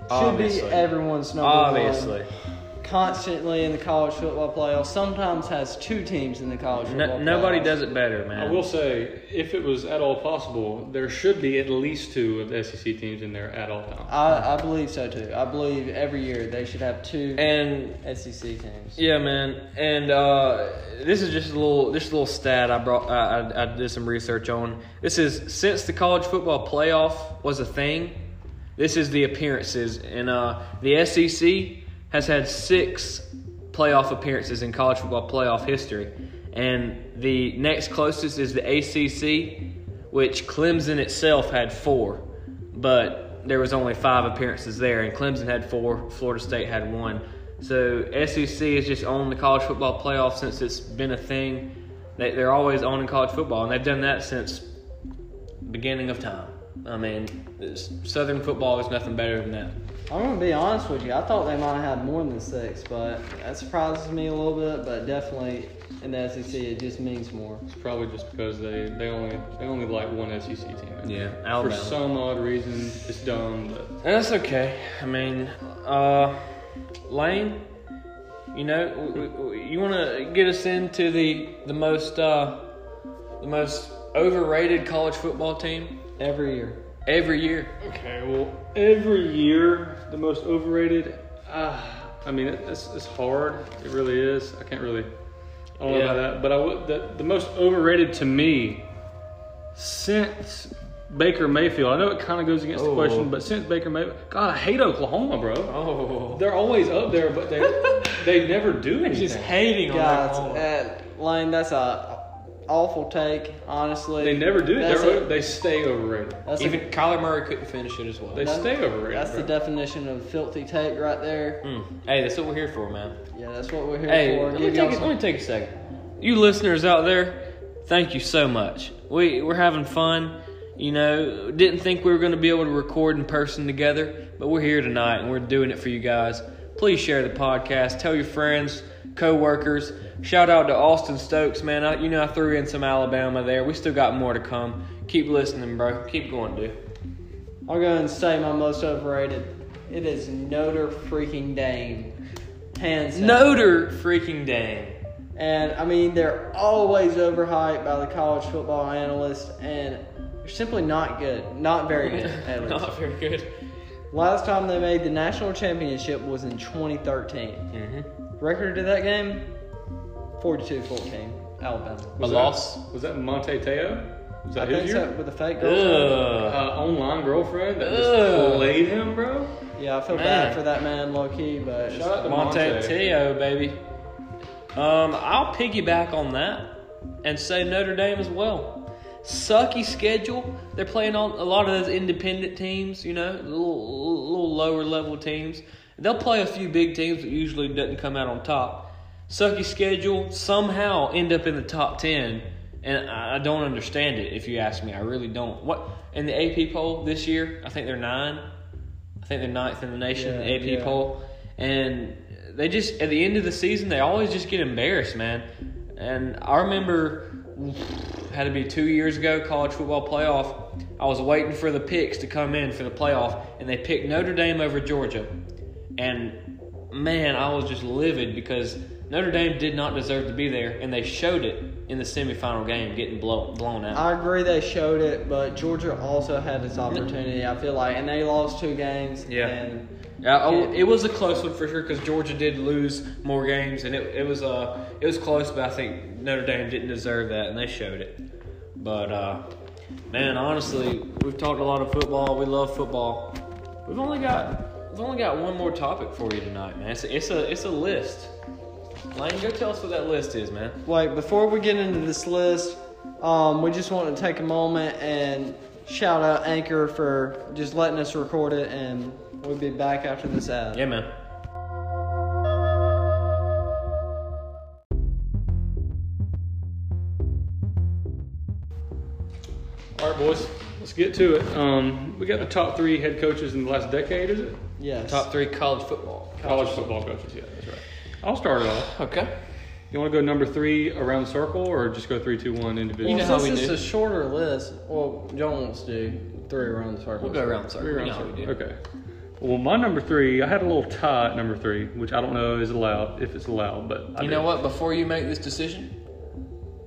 Speaker 1: Obviously.
Speaker 2: be everyone's
Speaker 3: um,
Speaker 2: number one.
Speaker 1: Obviously,
Speaker 2: Constantly in the college football playoff. Sometimes has two teams in the college
Speaker 1: No-
Speaker 2: football playoff.
Speaker 1: nobody does it better, man.
Speaker 3: I will say, if it was at all possible, there should be at least two of the SEC teams in there at all times.
Speaker 2: I, I believe so too. I believe every year they should have two
Speaker 1: And
Speaker 2: SEC teams.
Speaker 1: Yeah, man. And uh, this is just a little, just a little stat I brought. I, I, I did some research on. This is since the college football playoff was a thing. This is the appearances, and uh, the SEC has had six playoff appearances in college football playoff history, and the next closest is the ACC, which Clemson itself had four but there was only five appearances there, and Clemson had four, Florida State had one. So SEC is just on the college football playoff since it's been a thing. They, they're always on in college football, and they've done that since beginning of time. I mean, it's- Southern football is nothing better than that.
Speaker 2: I'm gonna be honest with you. I thought they might have had more than six, but that surprises me a little bit. But definitely in the SEC, it just means more.
Speaker 3: It's probably just because they, they only they only like one SEC team.
Speaker 1: Yeah,
Speaker 3: For
Speaker 1: Alabama.
Speaker 3: some odd reason, it's dumb, but
Speaker 1: And that's okay. I mean, uh, Lane, you know, w- w- you want to get us into the the most uh, the most overrated college football team
Speaker 2: Every year.
Speaker 1: every year.
Speaker 3: Okay, well, every year the most overrated. Uh, I mean, it, it's, it's hard. It really is. I can't really. I don't know about
Speaker 1: Yeah.
Speaker 3: that, but I would. The, the most overrated to me since Baker Mayfield. I know it kind of goes against the
Speaker 1: Oh.
Speaker 3: question, but since Baker Mayfield, God, I hate Oklahoma, bro.
Speaker 1: Oh,
Speaker 3: They're always up there, but they they never do anything.
Speaker 1: just hating on
Speaker 2: Guys,
Speaker 1: that.
Speaker 2: uh, Lane, that's a awful take. Honestly,
Speaker 3: they never do it.
Speaker 2: That's
Speaker 3: They're,
Speaker 2: a-
Speaker 3: o- they stay overrated.
Speaker 2: that's a-
Speaker 1: Even Kyler Murray couldn't finish it as well.
Speaker 3: They
Speaker 2: None-
Speaker 3: stay overrated.
Speaker 2: that's the
Speaker 3: bro.
Speaker 2: definition of filthy take right there.
Speaker 1: Mm. Hey, that's what we're here for, man.
Speaker 2: Yeah, that's what we're here
Speaker 1: Hey,
Speaker 2: for.
Speaker 1: let me,
Speaker 2: Give
Speaker 1: take
Speaker 2: y'all
Speaker 1: a,
Speaker 2: some-
Speaker 1: let me take a second. You listeners out there, thank you so much. We we're having fun. You know, didn't think we were going to be able to record in person together, but we're here tonight and we're doing it for you guys. Please share the podcast. Tell your friends, coworkers. Shout out to Austin Stokes, man. I, you know, I threw in some Alabama there. We still got more to come. Keep listening, bro. Keep going, dude.
Speaker 2: I'll go ahead and say my most overrated. It is Notre freaking Dame. Hands down.
Speaker 1: Notre freaking dang.
Speaker 2: And I mean, they're always overhyped by the college football analysts, and they're simply not good. Not very good, at least.
Speaker 1: Not very good.
Speaker 2: Last time they made the national championship was in 2013.
Speaker 1: Mm-hmm.
Speaker 2: Record of that game 42 14, Alabama.
Speaker 1: A
Speaker 3: that-
Speaker 1: loss.
Speaker 3: Was that Monte Teo? Was
Speaker 2: I
Speaker 3: that
Speaker 2: think
Speaker 3: his
Speaker 2: so,
Speaker 3: year?
Speaker 2: with a fake girl.
Speaker 1: Ugh.
Speaker 3: Uh, online girlfriend that
Speaker 1: Ugh.
Speaker 3: just played him, bro.
Speaker 2: Yeah, I feel
Speaker 1: Man.
Speaker 2: bad for that man, low key, but
Speaker 3: Shout out to Monte.
Speaker 1: Montevideo, baby. Um, I'll piggyback on that and say Notre Dame as well. Sucky schedule. They're playing on a lot of those independent teams, you know, little, little lower level teams. They'll play a few big teams that usually doesn't come out on top. Sucky schedule. Somehow end up in the top ten, and I I don't understand it. If you ask me, I really don't. What in the AP poll this year? I think they're nine. I think they're ninth in the nation in
Speaker 2: Yeah,
Speaker 1: the AP
Speaker 2: yeah.
Speaker 1: poll, and they just at the end of the season they always just get embarrassed, man. And I remember had to be two years ago college football playoff. I was waiting for the picks to come in for the playoff, and they picked Notre Dame over Georgia, and man, I was just livid because Notre Dame did not deserve to be there, and they showed it in the semifinal game, getting blow, blown out.
Speaker 2: I agree they showed it, but Georgia also had its opportunity, I feel like, and they lost two games.
Speaker 1: Yeah.
Speaker 2: And
Speaker 1: Yeah, oh, it was a close one for sure because Georgia did lose more games, and it, it was uh it was close, but I think Notre Dame didn't deserve that, and they showed it. But uh, man, honestly, we've talked a lot of football. We love football. We've only got we've only got one more topic for you tonight, man. It's a it's a, it's a list. Lane, go tell us what that list is, man.
Speaker 2: Wait, before we get into this list, um, we just want to take a moment and shout out Anchor for just letting us record it, and we'll be back after this ad.
Speaker 1: Yeah, man.
Speaker 3: All right, boys, let's get to it. Um, we got the top three head coaches in the last decade, is it?
Speaker 2: Yes.
Speaker 1: Top three college football.
Speaker 3: College football coaches, yeah, that's right. I'll start it off.
Speaker 1: Okay.
Speaker 3: You want to go number three around the circle, or just go three, two, one individual?
Speaker 2: Well,
Speaker 1: You know how we
Speaker 2: since it's
Speaker 1: do.
Speaker 2: a shorter list, well, John wants to do three around the circle.
Speaker 1: We'll go around the circle.
Speaker 3: Three
Speaker 1: You
Speaker 3: rounds.
Speaker 1: know how we do.
Speaker 3: Okay. Well, my number three, I had a little tie at number three, which I don't know is allowed if it's allowed, but I
Speaker 1: You
Speaker 3: did.
Speaker 1: know what? Before you make this decision,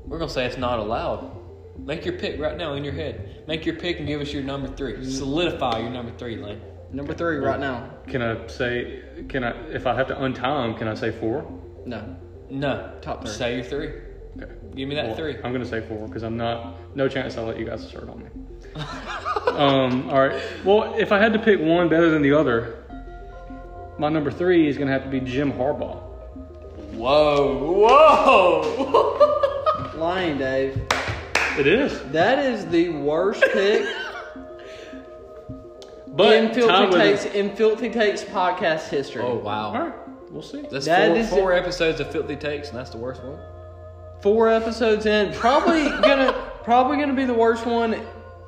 Speaker 1: we're gonna say it's not allowed. Make your pick right now in your head. Make your pick and give us your number three. Solidify your number three, Lane.
Speaker 2: Number three right now.
Speaker 3: Can I say? Can I? If I have to untie them, can I say four?
Speaker 2: No.
Speaker 1: No,
Speaker 2: Top three.
Speaker 1: Say your three.
Speaker 3: Okay.
Speaker 1: Give me that
Speaker 3: Well,
Speaker 1: three.
Speaker 3: I'm gonna say four because I'm not. No chance I'll let you guys assert on me. um. All right. Well, if I had to pick one better than the other, my number three is gonna have to be Jim Harbaugh.
Speaker 1: Whoa, whoa.
Speaker 2: Lying, Dave.
Speaker 3: It is.
Speaker 2: That is the worst pick.
Speaker 3: But
Speaker 2: in
Speaker 3: tied
Speaker 2: Filthy
Speaker 3: with-
Speaker 2: Takes in Filthy Takes podcast history.
Speaker 1: oh
Speaker 3: All
Speaker 1: wow.
Speaker 3: right. We'll see.
Speaker 1: That's
Speaker 2: That
Speaker 1: four,
Speaker 2: is-
Speaker 1: four episodes of filthy takes, and that's the worst one.
Speaker 2: Four episodes in, probably gonna probably gonna be the worst one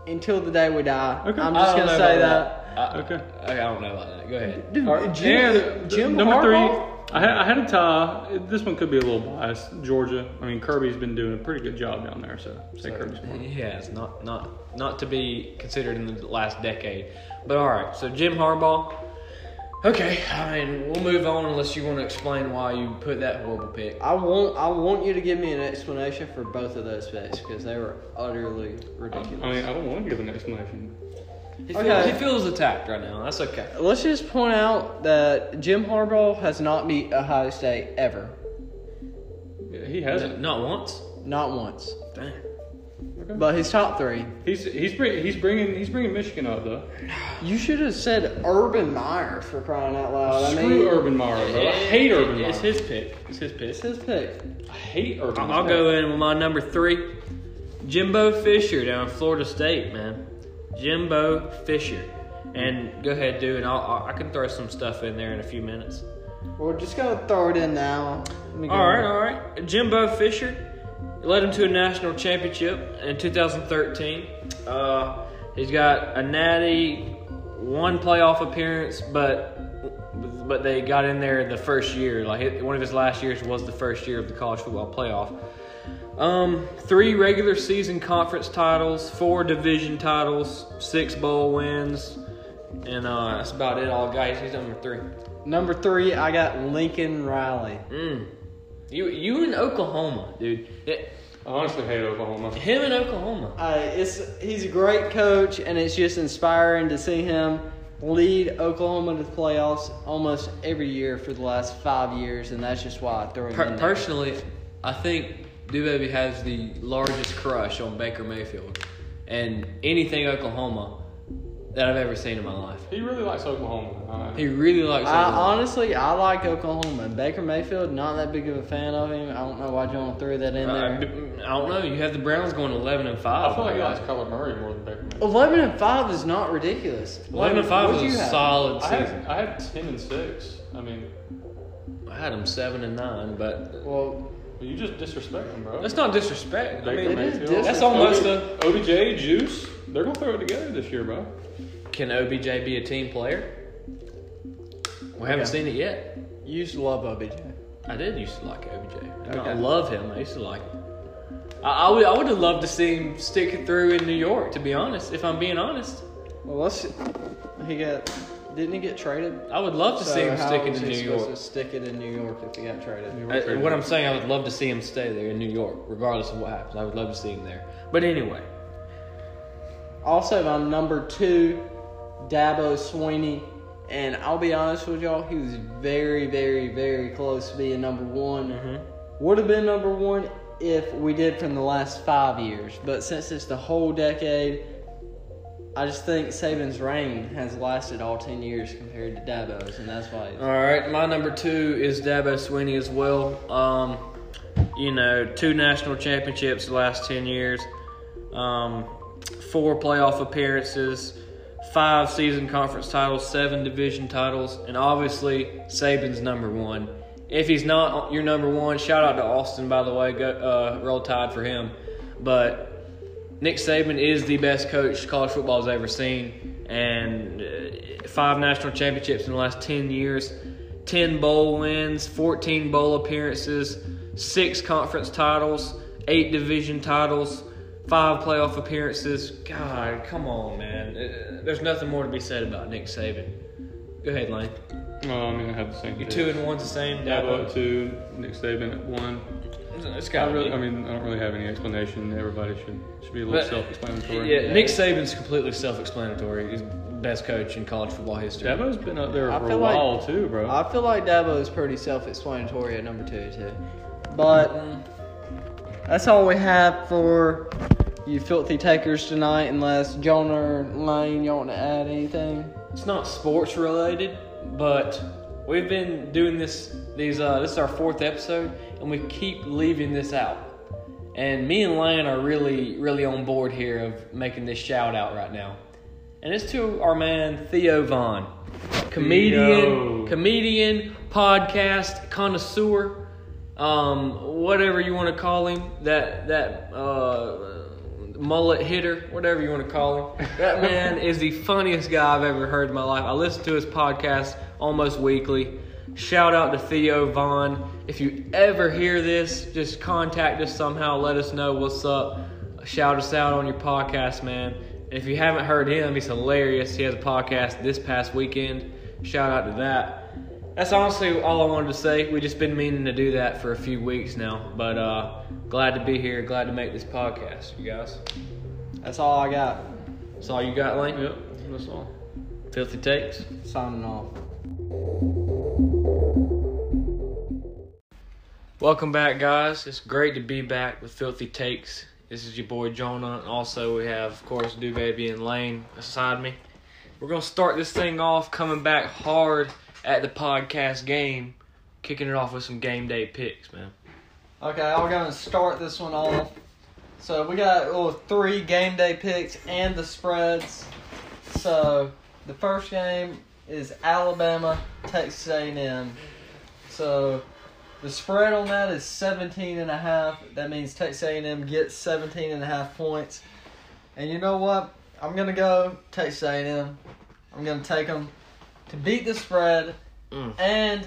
Speaker 2: until the day we die.
Speaker 3: Okay.
Speaker 2: I'm
Speaker 3: I
Speaker 2: just
Speaker 1: I don't
Speaker 2: gonna
Speaker 1: know
Speaker 2: say
Speaker 1: about
Speaker 2: that.
Speaker 1: I-
Speaker 3: Okay.
Speaker 1: I, I don't know about that. Go ahead.
Speaker 2: Dude,
Speaker 3: All right.
Speaker 2: Jim,
Speaker 3: And
Speaker 2: Jim
Speaker 3: number
Speaker 2: Harbaugh?
Speaker 3: three, I had, I had a tie. This one could be a little biased. Georgia. I mean, Kirby's been doing a pretty good job down there, so say Kirby's one.
Speaker 1: Yeah, it's not not not to be considered in the last decade. But all right, so Jim Harbaugh. Okay, I mean we'll move on unless you want to explain why you put that horrible pick.
Speaker 2: I want I want you to give me an explanation for both of those picks because they were utterly ridiculous.
Speaker 3: I mean, I don't want to give an explanation.
Speaker 1: He feels,
Speaker 2: Okay.
Speaker 1: he feels attacked right now. That's okay.
Speaker 2: Let's just point out that Jim Harbaugh has not beat Ohio State ever,
Speaker 3: Yeah, he hasn't.
Speaker 1: Not once.
Speaker 2: not once.
Speaker 1: Dang.
Speaker 2: But his top three.
Speaker 3: He's he's bring, he's bringing he's bringing Michigan up though.
Speaker 2: You should have said Urban Meyer for crying out loud. I
Speaker 3: Screw
Speaker 2: mean,
Speaker 3: Urban Meyer, bro. I hate Urban Meyer.
Speaker 1: It's his pick. It's his pick.
Speaker 2: it's his pick.
Speaker 3: I hate Urban.
Speaker 1: I'll,
Speaker 3: Meyer.
Speaker 1: I'll go in with my number three, Jimbo Fisher down in Florida State, man. Jimbo Fisher, and go ahead, dude. And I'll, I'll, I can throw some stuff in there in a few minutes.
Speaker 2: We're just gonna throw it in now. Let me go.
Speaker 1: All right, all right. Jimbo Fisher led him to a national championship in 2013. Uh, he's got a natty, one playoff appearance, but but they got in there the first year. Like it- one of his last years was the first year of the college football playoff. Um, three regular season conference titles, four division titles, six bowl wins, and uh, that's about it. All guys, he's number three.
Speaker 2: Number three, I got Lincoln Riley.
Speaker 1: Mm. You you in Oklahoma, dude. It-
Speaker 3: I honestly hate Oklahoma.
Speaker 1: him in Oklahoma.
Speaker 2: Uh, it's he's a great coach, and it's just inspiring to see him lead Oklahoma to the playoffs almost every year for the last five years, and that's just why I throw him
Speaker 1: Per-
Speaker 2: in there.
Speaker 1: personally, I think Do Baby has the largest crush on Baker Mayfield, and anything Oklahoma that I've ever seen in my life.
Speaker 3: He really likes Oklahoma.
Speaker 1: He really likes.
Speaker 2: I
Speaker 1: Oklahoma.
Speaker 2: honestly, I like Oklahoma. Baker Mayfield, not that big of a fan of him. I don't know why John threw that in
Speaker 1: I,
Speaker 2: there.
Speaker 1: Uh, I don't know. You have the Browns going eleven and
Speaker 3: I,
Speaker 1: five.
Speaker 3: I feel like he likes Kyler Murray more than Baker Mayfield.
Speaker 2: Eleven and five is not ridiculous.
Speaker 1: eleven and five
Speaker 2: What'd
Speaker 1: was
Speaker 2: you
Speaker 1: a
Speaker 2: have?
Speaker 1: solid
Speaker 3: I
Speaker 1: season.
Speaker 3: had, I had 10 and 6. I mean,
Speaker 1: I had them seven and nine, but
Speaker 2: Well,
Speaker 3: you just disrespect him, bro.
Speaker 1: that's not disrespect. I
Speaker 3: Baker
Speaker 1: mean,
Speaker 2: It is disrespect.
Speaker 3: Mayfield.
Speaker 1: That's almost
Speaker 3: OBJ, Juice. They're going to throw it together this year, bro.
Speaker 1: can OBJ be a team player? We haven't
Speaker 2: Yeah.
Speaker 1: seen it yet.
Speaker 2: you used to love OBJ.
Speaker 1: I did used to like OBJ. I
Speaker 2: Okay.
Speaker 1: don't love him. I used to like him. I, I would. I would have loved to see him stick it through in New York. To be honest, if I'm being honest,
Speaker 2: Well, let's. He got. Didn't he get traded?
Speaker 1: I would love to see him
Speaker 2: how
Speaker 1: stick it
Speaker 2: was
Speaker 1: in
Speaker 2: he
Speaker 1: New
Speaker 2: supposed
Speaker 1: York.
Speaker 2: To stick it in New York if he got traded.
Speaker 1: Uh, what I'm saying, I would love to see him stay there in New York, regardless of what happens. I would love to see him there. But anyway,
Speaker 2: Also, my number two, Dabo Sweeney. And I'll be honest with y'all, he was very, very, very close to being number one. Would have been number one if we did from the last five years. But since it's the whole decade, I just think Saban's reign has lasted all 10 years compared to Dabo's, and that's why.
Speaker 1: all right, my number two is Dabo Sweeney as well. Um, you know, two national championships the last ten years, um, four playoff appearances, five season conference titles, seven division titles, and obviously Saban's number one. If he's not your number one, shout out to Austin by the way. Go, uh, roll Tide for him, but Nick Saban is the best coach college football has ever seen, and uh, five national championships in the last 10 years, 10 bowl wins, 14 bowl appearances, six conference titles, eight division titles, five playoff appearances. God, come on, man. Uh, There's nothing more to be said about Nick Saban. Go ahead, Lane.
Speaker 3: Oh, I mean, I have the same
Speaker 1: Your
Speaker 3: thing.
Speaker 1: two and one's the same.
Speaker 3: Dabo
Speaker 1: Dabo.
Speaker 3: at two, Nick Saban at one.
Speaker 1: It's
Speaker 3: I,
Speaker 1: got
Speaker 3: really, I mean, I don't really have any explanation. Everybody should should be a little
Speaker 1: But-
Speaker 3: self-explanatory.
Speaker 1: Yeah, Nick Saban's completely self-explanatory. He's the best coach in college football history.
Speaker 3: Dabo's been up there
Speaker 2: I
Speaker 3: for a
Speaker 2: feel like-
Speaker 3: while too, bro.
Speaker 2: I feel like Dabo is pretty self explanatory at number two, too. But. mm, That's all we have for you filthy takers tonight, unless John or Lane, y'all want to add anything?
Speaker 1: It's not sports related, but we've been doing this. These uh, this is our fourth episode, and we keep leaving this out. And me and Lane are really, really on board here of making this shout out right now. And it's to our man Theo Vaughn, comedian,
Speaker 3: Theo.
Speaker 1: comedian, podcast connoisseur, um, whatever you want to call him. That that uh, mullet hitter, whatever you want to call him. That man is the funniest guy I've ever heard in my life. I listen to his podcast almost weekly. Shout out to Theo Vaughn. If you ever hear this, just contact us somehow. Let us know what's up. Shout us out on your podcast, man. And if you haven't heard him, he's hilarious. He has a podcast this past weekend. Shout out to that. That's honestly all I wanted to say. We've just been meaning to do that for a few weeks now, but uh, glad to be here. Glad to make this podcast, you guys.
Speaker 2: That's all I got.
Speaker 1: That's all you got, Lane.
Speaker 3: yep, that's all.
Speaker 1: Filthy takes.
Speaker 2: Signing off.
Speaker 1: Welcome back, guys. It's great to be back with Filthy Takes. This is your boy Jonah, and also we have, of course, Dubaby and Lane beside me. We're gonna start this thing off coming back hard at the podcast game, kicking it off with some game day picks, man.
Speaker 2: Okay, I'm gonna start this one off. So we got little three game day picks and the spreads. So the first game is Alabama Texas A&M. So the spread on that is 17 and a half. That means Texas A&M gets 17 and a half points. And you know what? I'm gonna go Texas A&M. I'm gonna take them to beat the spread
Speaker 1: Mm.
Speaker 2: and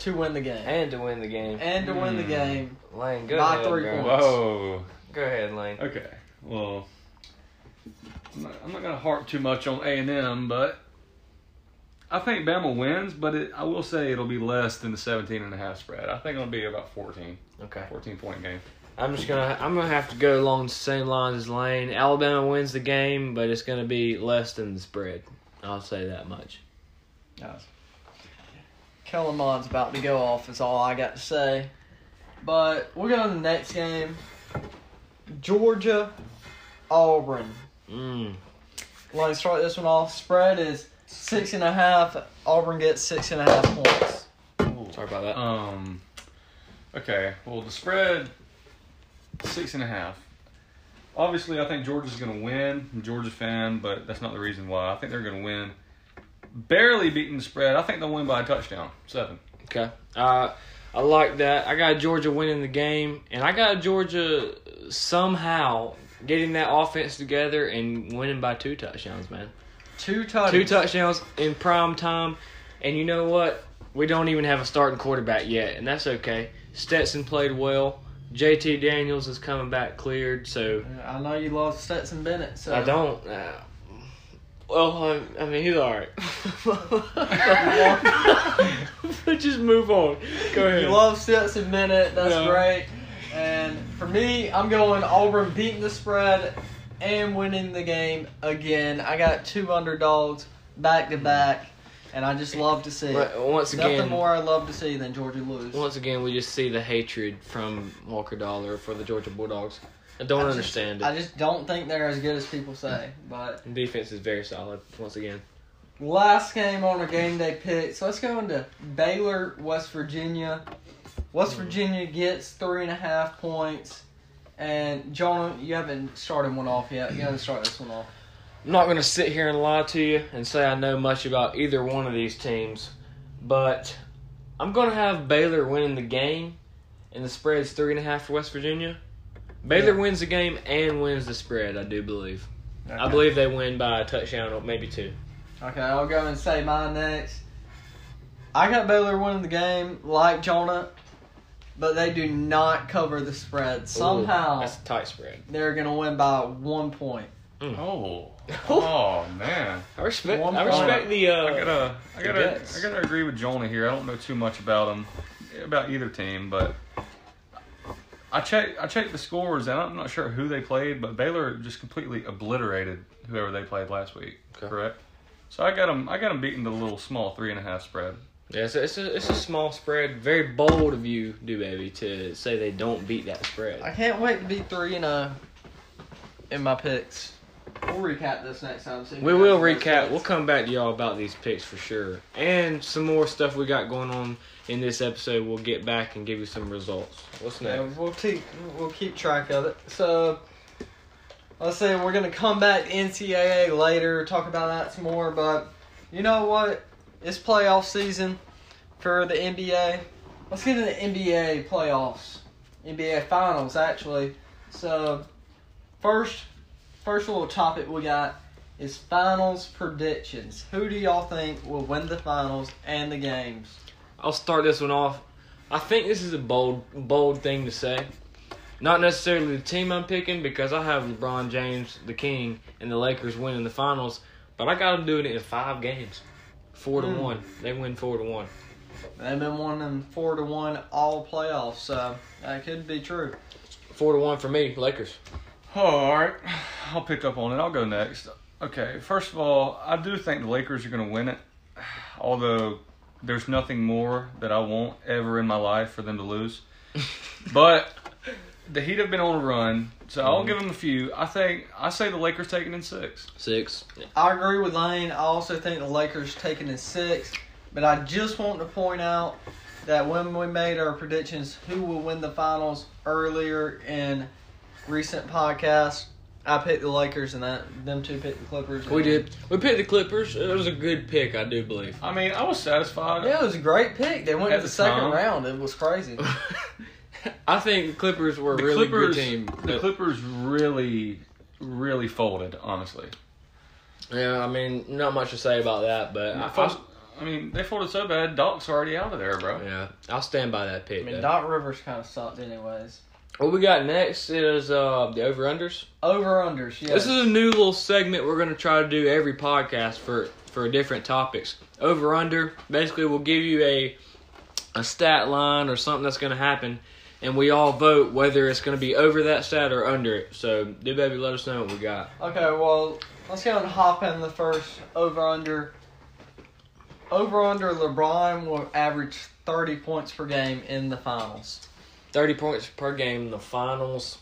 Speaker 2: to win the game.
Speaker 1: And to win the game,
Speaker 2: And to win the game.
Speaker 1: Lane,
Speaker 2: go By ahead, three bro. points.
Speaker 3: Whoa.
Speaker 1: Go ahead, Lane.
Speaker 3: Okay. Well, I'm not, I'm not gonna harp too much on A and M, but I think Bama wins, but it, I will say it'll be less than the 17 and a half spread. I think it'll be about 14,
Speaker 1: Okay.
Speaker 3: 14 point game.
Speaker 1: I'm just gonna I'm gonna have to go along the same lines as Lane. Alabama wins the game, but it's gonna be less than the spread. I'll say that much.
Speaker 2: Nice. Kellermon's about to go off, is all I got to say. But we're going to the next game Georgia, Auburn.
Speaker 1: Mm.
Speaker 2: Let's start this one off. Spread is six and a half. Auburn gets six and a half points.
Speaker 1: Sorry about that.
Speaker 3: Um, okay. Well, the spread six and a half. Obviously, I think Georgia's going to win. I'm a Georgia fan, but that's not the reason why. I think they're going to win. Barely beating the spread. I think they'll win by a touchdown, seven.
Speaker 1: Okay. Uh, I like that. I got Georgia winning the game, and I got Georgia somehow getting that offense together and winning by two touchdowns, man.
Speaker 2: Two touchdowns.
Speaker 1: Two touchdowns in prime time, and you know what? We don't even have a starting quarterback yet, and that's okay. Stetson played well. JT Daniels is coming back cleared, so
Speaker 2: I know you lost Stetson Bennett, so
Speaker 1: I don't. Uh, well, I'm, I mean, he's all right. but just move on. Go ahead.
Speaker 2: You love Stetson Bennett. That's
Speaker 1: Yeah.
Speaker 2: great. And for me, I'm going Auburn beating the spread and winning the game again. I got two underdogs back to back, and I just love to see it.
Speaker 1: But once
Speaker 2: Nothing
Speaker 1: again,
Speaker 2: more I love to see than Georgia lose.
Speaker 1: once again, we just see the hatred from Walker Dollar for the Georgia Bulldogs. I don't
Speaker 2: I just-
Speaker 1: understand
Speaker 2: I
Speaker 1: it.
Speaker 2: just don't think they're as good as people say. But
Speaker 1: The Defense is very solid. Once again,
Speaker 2: last game on our game day picks. let's go into Baylor, West Virginia. West Virginia gets three and a half points. And John, you haven't started one off yet. You haven't started this one off.
Speaker 1: I'm not going to sit here and lie to you and say I know much about either one of these teams, but I'm going to have Baylor winning the game, and the spread's three and a half for West Virginia. Baylor
Speaker 2: Yeah.
Speaker 1: wins the game and wins the spread. I do believe. I
Speaker 2: Okay.
Speaker 1: believe they win by a touchdown or maybe two.
Speaker 2: Okay, I'll go and say mine next. I got Baylor winning the game, like Jonah, but they do not cover the spread.
Speaker 1: Ooh,
Speaker 2: Somehow
Speaker 1: that's a tight spread.
Speaker 2: they're gonna win by one point.
Speaker 3: Oh, oh man.
Speaker 1: I respect.
Speaker 2: One
Speaker 1: I respect
Speaker 2: point.
Speaker 1: the. Uh,
Speaker 3: I gotta, I
Speaker 1: Good
Speaker 3: gotta,
Speaker 1: guess.
Speaker 3: I gotta agree with Jonah here. I don't know too much about them, about either team, but I check, I checked the scores, and I'm not sure who they played, but Baylor just completely obliterated whoever they played last week.
Speaker 1: Okay.
Speaker 3: Correct. So I got them, I got them beating the little small three and a half spread.
Speaker 1: yeah, it's a, it's, a, it's a small spread. Very bold of you, do baby, to say they don't beat that spread.
Speaker 2: I can't wait to be three and a in my picks. We'll recap this next time. see if
Speaker 1: We
Speaker 2: got
Speaker 1: will
Speaker 2: some more
Speaker 1: recap. We'll
Speaker 2: picks.
Speaker 1: come back to y'all about these picks for sure, and some more stuff we got going on in this episode. We'll get back and give you some results. What's
Speaker 2: Yeah,
Speaker 1: next?
Speaker 2: we'll keep we'll keep track of it. So let's say we're gonna come back to NCAA later, talk about that some more. But you know what? It's playoff season for the NBA. Let's get into the NBA playoffs, NBA finals actually. So first, first little topic we got is finals predictions. Who do y'all think will win the finals and the games?
Speaker 1: I'll start this one off. I think this is a bold, bold thing to say. Not necessarily the team I'm picking because I have LeBron James, the King, and the Lakers winning the finals, but I got them doing it in five games, four to
Speaker 2: Mm.
Speaker 1: one. They win four to one.
Speaker 2: They've been winning four to one all playoffs, so that could be true.
Speaker 1: Four to one for me, Lakers.
Speaker 3: Oh, all right, I'll pick up on it. I'll go next. Okay, first of all, I do think the Lakers are going to win it, although there's nothing more that I want ever in my life for them to lose. but the Heat have been on a run, so I'll give them a few. I think I say the Lakers taking in six.
Speaker 1: Six.
Speaker 2: I agree with Lane. I also think the Lakers taking in six, but I just want to point out that when we made our predictions, who will win the finals earlier in recent podcasts, I picked the Lakers and that them two picked the Clippers.
Speaker 1: We did. We picked the Clippers. It was a good pick, I do believe.
Speaker 3: I mean, I was satisfied.
Speaker 2: Yeah, it was a great pick. They went
Speaker 3: At
Speaker 2: to the
Speaker 3: the
Speaker 2: second
Speaker 3: time.
Speaker 2: round. It was crazy.
Speaker 1: I think the Clippers were a
Speaker 3: The
Speaker 1: really
Speaker 3: Clippers,
Speaker 1: good team.
Speaker 3: the
Speaker 1: but-
Speaker 3: Clippers really, really folded. Honestly,
Speaker 1: yeah, I mean, not much to say about that, but I,
Speaker 3: Fold- I mean, they folded so bad. Doc's already out of there, bro.
Speaker 1: I, yeah, I'll stand by that
Speaker 2: I
Speaker 1: pick.
Speaker 2: mean,
Speaker 1: though.
Speaker 2: Doc Rivers kind of sucked, anyways.
Speaker 1: What we got next is uh, the over unders.
Speaker 2: Over unders, yeah.
Speaker 1: This is a new little segment we're gonna try to do every podcast for for different topics. Over under. Basically, we'll give you a a stat line or something that's gonna happen, and we all vote whether it's gonna be over that stat or under it. So, do baby, let us know what we got.
Speaker 2: Okay, well, let's go and hop in the first over under. Over under LeBron will average 30 points per game in the finals.
Speaker 1: Thirty points per game in the finals.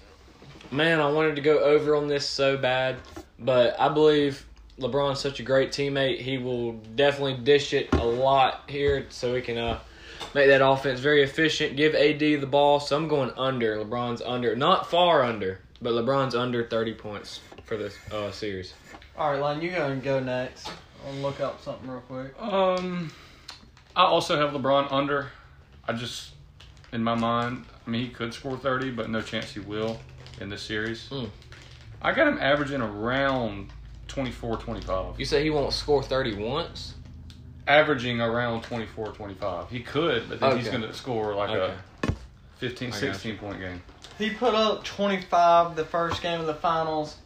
Speaker 1: Man, I wanted to go over on this so bad, but I believe LeBron's such a great teammate. He will definitely dish it a lot here, so we can uh, make that offense very efficient. Give AD the ball. So I'm going under. LeBron's under, not far under, but LeBron's under thirty points for this uh, series.
Speaker 2: All right, Lon, you go and go next. I'll look up something real quick.
Speaker 3: Um, I also have LeBron under. I just, in my mind, I mean, he could score 30, but no chance he will in this series.
Speaker 1: Mm.
Speaker 3: I got him averaging around 24, 25.
Speaker 1: You say he won't score thirty once?
Speaker 3: Averaging around 24, 25. He could, but then he's
Speaker 1: Okay.
Speaker 3: going to score like
Speaker 1: Okay.
Speaker 3: a 15,
Speaker 1: I got you.
Speaker 3: 16 point game.
Speaker 2: He put up 25 the first game of the finals,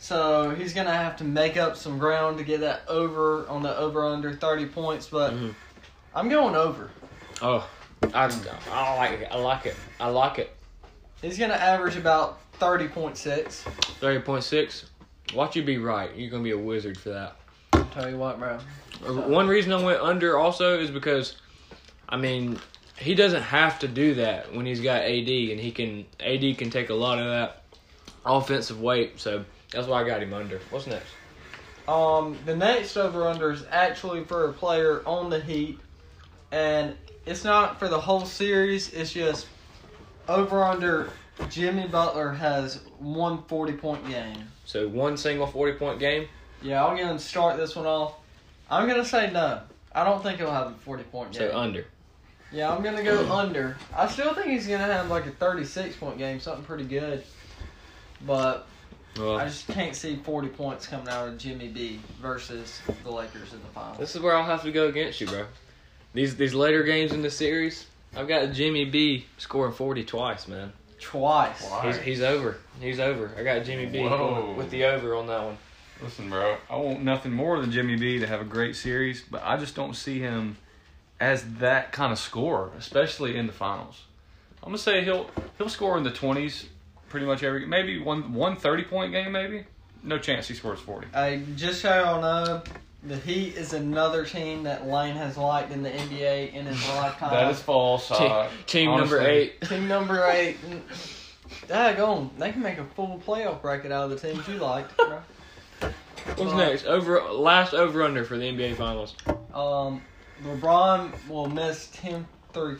Speaker 2: so he's going to have to make up some ground to get that over on the over under 30 points, but
Speaker 1: Mhm.
Speaker 2: I'm going over.
Speaker 1: Oh, I, I like it. I like it. I like it.
Speaker 2: He's going to average about 30.6.
Speaker 1: Thirty point six. Watch you be right. You're gonna be a wizard for that.
Speaker 2: I'll tell you what, bro.
Speaker 1: One reason I went under also is because, I mean, he doesn't have to do that when he's got AD, and he can AD can take a lot of that offensive weight. So that's why I got him under. What's next?
Speaker 2: Um, the next over under is actually for a player on the Heat, and it's not for the whole series. It's just over under. Jimmy Butler has one 40 point game.
Speaker 1: So one single forty point game.
Speaker 2: Yeah, I'm gonna start this one off. I'm gonna say no. I don't think he'll have a 40 point game.
Speaker 1: So under.
Speaker 2: yeah, I'm gonna go under. I still think he's gonna have like a 36 point game, something pretty good. But I
Speaker 1: Well,
Speaker 2: just can't see 40 points coming out of Jimmy B versus the Lakers in the finals.
Speaker 1: this is where I'll have to go against you, bro. These these later games in the series, I've got Jimmy B scoring forty twice, man.
Speaker 2: Twice.
Speaker 1: He's he's over. He's over. I got Jimmy B
Speaker 3: Whoa.
Speaker 1: with the over on that one.
Speaker 3: Listen, bro, I want nothing more than Jimmy B to have a great series, but I just don't see him as that kind of scorer, especially in the finals. I'm gonna say he'll he'll score in the 20s pretty much every maybe one one 30 point game maybe. No chance he scores 40.
Speaker 2: Hey, just so y'all know, the Heat is another team that Lane has liked in the NBA in his lifetime.
Speaker 3: that is false. uh,
Speaker 1: team team number
Speaker 3: honestly.
Speaker 1: eight.
Speaker 2: team number eight. Daggone, they can make a full playoff bracket out of the teams you liked. bro.
Speaker 1: What's next? Over last over under for the NBA finals.
Speaker 2: Um, LeBron will miss 10 three.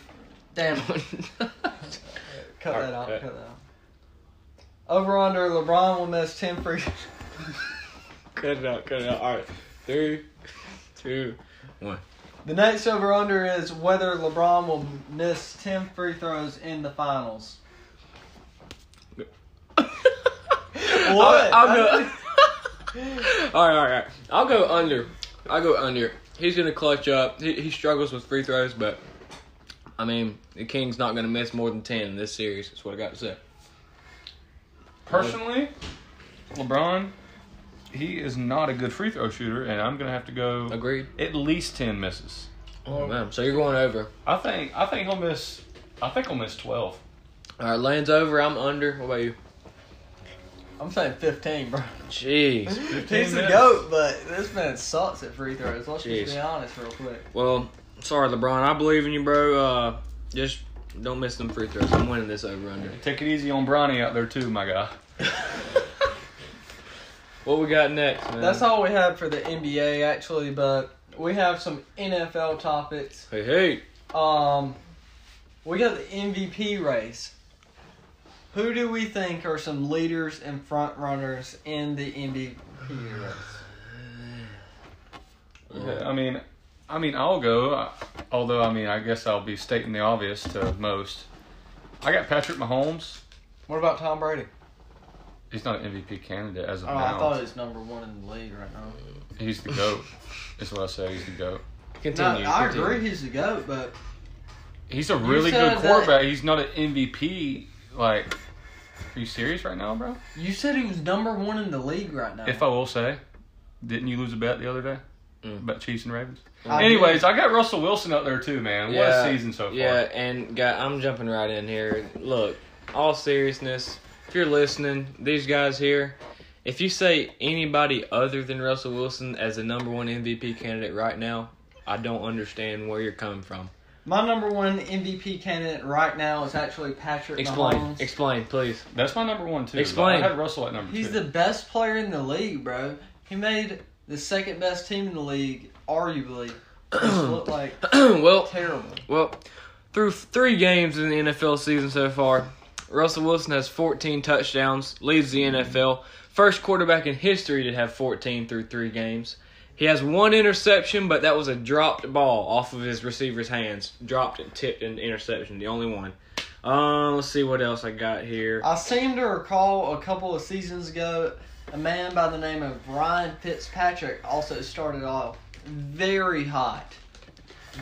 Speaker 2: Damn, cut that out.
Speaker 1: Alright.
Speaker 2: Cut that out. Over under, LeBron will miss 10 free.
Speaker 1: cut it out, cut it out. All right. Three, two, one.
Speaker 2: The next over under is whether LeBron will miss 10 free throws in the finals.
Speaker 1: I'll,
Speaker 2: What?
Speaker 1: I'll go. all right, all right, all right. I'll go under. I'll go under. He's gonna clutch up. He, he struggles with free throws, but I mean, the King's not gonna miss more than ten in this series. That's what I got to say.
Speaker 3: Personally, LeBron, he is not a good free throw shooter, and I'm gonna have to go
Speaker 1: Agreed.
Speaker 3: at least 10 misses.
Speaker 1: Oh, man. So you're going over.
Speaker 3: I think I think he'll miss. I think he'll miss 12.
Speaker 1: All right, Lane's over. I'm under. What about you?
Speaker 2: I'm saying 15, bro.
Speaker 1: Jeez.
Speaker 2: He's the
Speaker 3: minutes.
Speaker 2: GOAT, but this man sucks at free throws. Let's
Speaker 1: Jeez.
Speaker 2: just be honest real quick.
Speaker 1: Well, sorry, LeBron. I believe in you, bro. Uh, just don't miss them free throws. I'm winning this over under.
Speaker 3: Take it easy on Bronny out there too, my guy.
Speaker 1: What we got next, man?
Speaker 2: That's all we have for the NBA, actually, but we have some NFL topics.
Speaker 1: Hey, hey.
Speaker 2: Um, we got the MVP race. Who do we think are some leaders and front runners in the MVP race?
Speaker 3: Yeah, I mean, I mean, I'll go. I- Although, I mean, I guess I'll be stating the obvious to most. I got Patrick Mahomes.
Speaker 2: What about Tom Brady?
Speaker 3: He's not an MVP candidate as of
Speaker 2: Oh, I
Speaker 3: now.
Speaker 2: thought he's number one in the league right now.
Speaker 3: He's the goat. Is what I say. He's the goat.
Speaker 1: Continue.
Speaker 2: no, I
Speaker 1: continue.
Speaker 2: agree he's the GOAT, but
Speaker 3: He's a really
Speaker 2: said
Speaker 3: good
Speaker 2: that-
Speaker 3: quarterback. He's not an MVP Like, are you serious right now, bro?
Speaker 2: You said he was number one in the league right now.
Speaker 3: If I will say, didn't you lose a bet the other day
Speaker 1: Mm.
Speaker 3: about Chiefs and Ravens?
Speaker 2: I
Speaker 3: Anyways, I got Russell Wilson up there too, man.
Speaker 1: Yeah.
Speaker 3: What a season so far.
Speaker 1: Yeah, and guy, I'm jumping right in here. Look, all seriousness, if you're listening, these guys here, if you say anybody other than Russell Wilson as the number one MVP candidate right now, I don't understand where you're coming from.
Speaker 2: my number one MVP candidate right now is actually Patrick
Speaker 1: Explain,
Speaker 2: Mahomes.
Speaker 1: explain, please.
Speaker 3: That's my number one too.
Speaker 1: Explain.
Speaker 3: I had Russell at number
Speaker 2: He's
Speaker 3: two.
Speaker 2: the best player in the league, bro. He made the second best team in the league, arguably. Which looked like
Speaker 1: well,
Speaker 2: terrible.
Speaker 1: Well, through three games in the NFL season so far, Russell Wilson has 14 touchdowns, leads the NFL. First quarterback in history to have 14 through three games. He has one interception, but that was a dropped ball off of his receiver's hands. Dropped and tipped and interception, the only one. Um, let's see what else I got here.
Speaker 2: I seem to recall a couple of seasons ago, a man by the name of Ryan Fitzpatrick also started off very hot.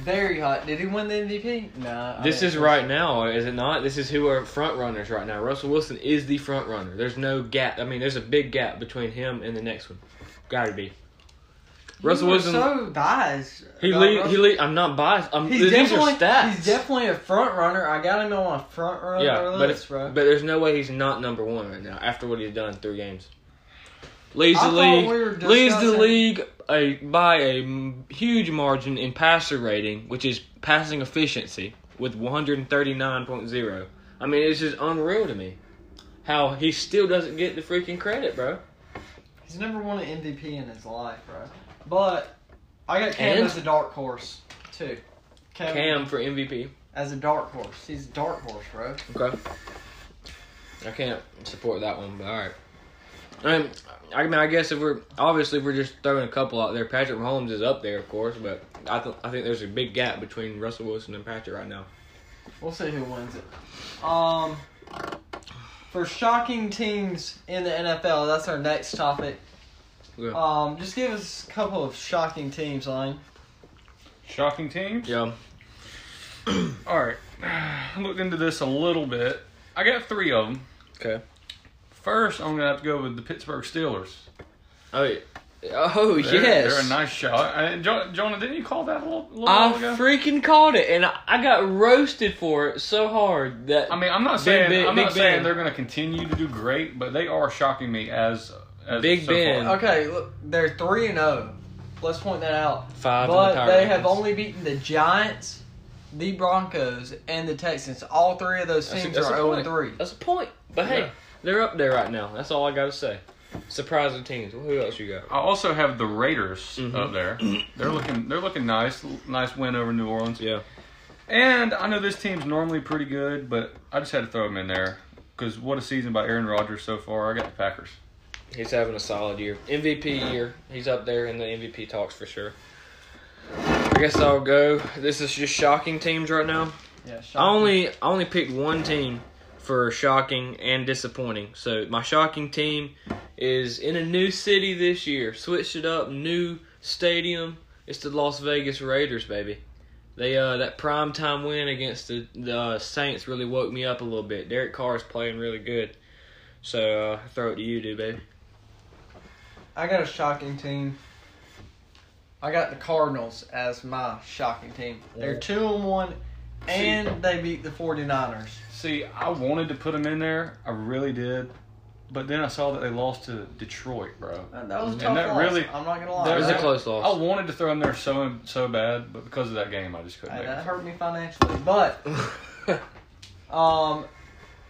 Speaker 2: Very hot. Did he win the MVP? No. I
Speaker 1: This
Speaker 2: don't
Speaker 1: is
Speaker 2: think
Speaker 1: right now, is it not? This is who are front runners right now. Russell Wilson is the front runner. There's no gap. I mean, there's a big gap between him and the next one. Gotta be.
Speaker 2: so.
Speaker 1: Russell
Speaker 2: You were
Speaker 1: Wilson.
Speaker 2: so biased.
Speaker 1: He
Speaker 2: about
Speaker 1: lead, he
Speaker 2: Russell.
Speaker 1: lead, I'm not biased. I'm,
Speaker 2: He's
Speaker 1: these
Speaker 2: definitely,
Speaker 1: are stats.
Speaker 2: he's definitely a front runner. I got him on my front runner
Speaker 1: yeah, but,
Speaker 2: list, bro.
Speaker 1: but there's no way he's not number one right now after what he's done three games. Leads
Speaker 2: I
Speaker 1: the
Speaker 2: thought
Speaker 1: league,
Speaker 2: we were
Speaker 1: leads the
Speaker 2: discussing-
Speaker 1: league a, by a m- huge margin in passer rating, which is passing efficiency with 139.0. I mean, it's just unreal to me how he still doesn't get the freaking credit, bro.
Speaker 2: He's never won an MVP in his life, bro. But I got Cam
Speaker 1: And-
Speaker 2: as a dark horse too. Cam,
Speaker 1: Cam for MVP.
Speaker 2: as a dark horse. He's a dark horse, bro.
Speaker 1: Okay. I can't support that one, but all right. I mean, I mean, I guess if we're obviously if we're just throwing a couple out there. Patrick Mahomes is up there, of course, but I th- I think there's a big gap between Russell Wilson and Patrick right now.
Speaker 2: We'll see who wins it. Um, for shocking teams in the NFL, that's our next topic.
Speaker 1: Yeah.
Speaker 2: Um, just give us a couple of shocking teams, line.
Speaker 3: Shocking teams.
Speaker 1: Yeah,
Speaker 3: All right. I looked into this a little bit. I got three of them.
Speaker 1: Okay.
Speaker 3: First, I'm gonna have to go with the Pittsburgh Steelers.
Speaker 1: Oh, yeah. oh
Speaker 3: They're,
Speaker 1: yes.
Speaker 3: they're a nice shot. And Jon- Jonah, didn't you call that a little, little
Speaker 1: I
Speaker 3: while ago?
Speaker 1: freaking caught it, and I, I got roasted for it so hard that
Speaker 3: I mean, I'm not saying
Speaker 1: Big Ben-
Speaker 3: I'm not
Speaker 1: Big
Speaker 3: saying
Speaker 1: Ben.
Speaker 3: they're going to continue to do great, but they are shocking me as, as
Speaker 1: Big
Speaker 3: so
Speaker 1: Ben.
Speaker 3: far.
Speaker 2: Okay, look, they're three and zero. Let's point that out.
Speaker 1: five. in the
Speaker 2: But
Speaker 1: power
Speaker 2: they have
Speaker 1: rankings.
Speaker 2: only beaten the Giants, the Broncos, and the Texans. All three of those
Speaker 1: That's a-
Speaker 2: teams
Speaker 1: that's a
Speaker 2: are 0
Speaker 1: point.
Speaker 2: 3.
Speaker 1: That's a point. But hey,
Speaker 3: Yeah.
Speaker 1: they're up there right now. That's all I gotta say. Surprising teams. Who else you got?
Speaker 3: I also have the Raiders
Speaker 1: Mhm.
Speaker 3: up there. They're looking they're looking nice. Nice win over New Orleans.
Speaker 1: Yeah.
Speaker 3: And I know this team's normally pretty good, but I just had to throw them in there because what a season by Aaron Rodgers so far. I got the Packers.
Speaker 1: He's having a solid year. MVP year. He's up there in the MVP talks for sure. I guess I'll go. This is just shocking teams right now.
Speaker 2: Yeah,
Speaker 1: I only I only picked one team for shocking and disappointing. So my shocking team is in a new city this year. Switched it up, new stadium. It's the Las Vegas Raiders, baby. They uh that prime time win against the the uh, Saints really woke me up a little bit. Derek Carr is playing really good. So uh, throw it to you, dude, baby.
Speaker 2: I got a shocking team. I got the Cardinals as my shocking team. They're 2 and 1, and they beat the 49ers.
Speaker 3: See, I wanted to put them in there. I really did. But then I saw that they lost to Detroit, bro.
Speaker 2: That that was a
Speaker 3: And
Speaker 2: tough
Speaker 3: that
Speaker 2: loss.
Speaker 3: really-
Speaker 2: I'm not going to
Speaker 1: It
Speaker 2: lie.
Speaker 1: was a
Speaker 2: That,
Speaker 3: that-
Speaker 1: close
Speaker 3: I
Speaker 1: loss.
Speaker 3: wanted to throw them there so so bad, but because of that game, I just couldn't.
Speaker 2: that-
Speaker 3: Make
Speaker 2: that
Speaker 3: it.
Speaker 2: hurt me financially. But
Speaker 1: Oh.
Speaker 2: um,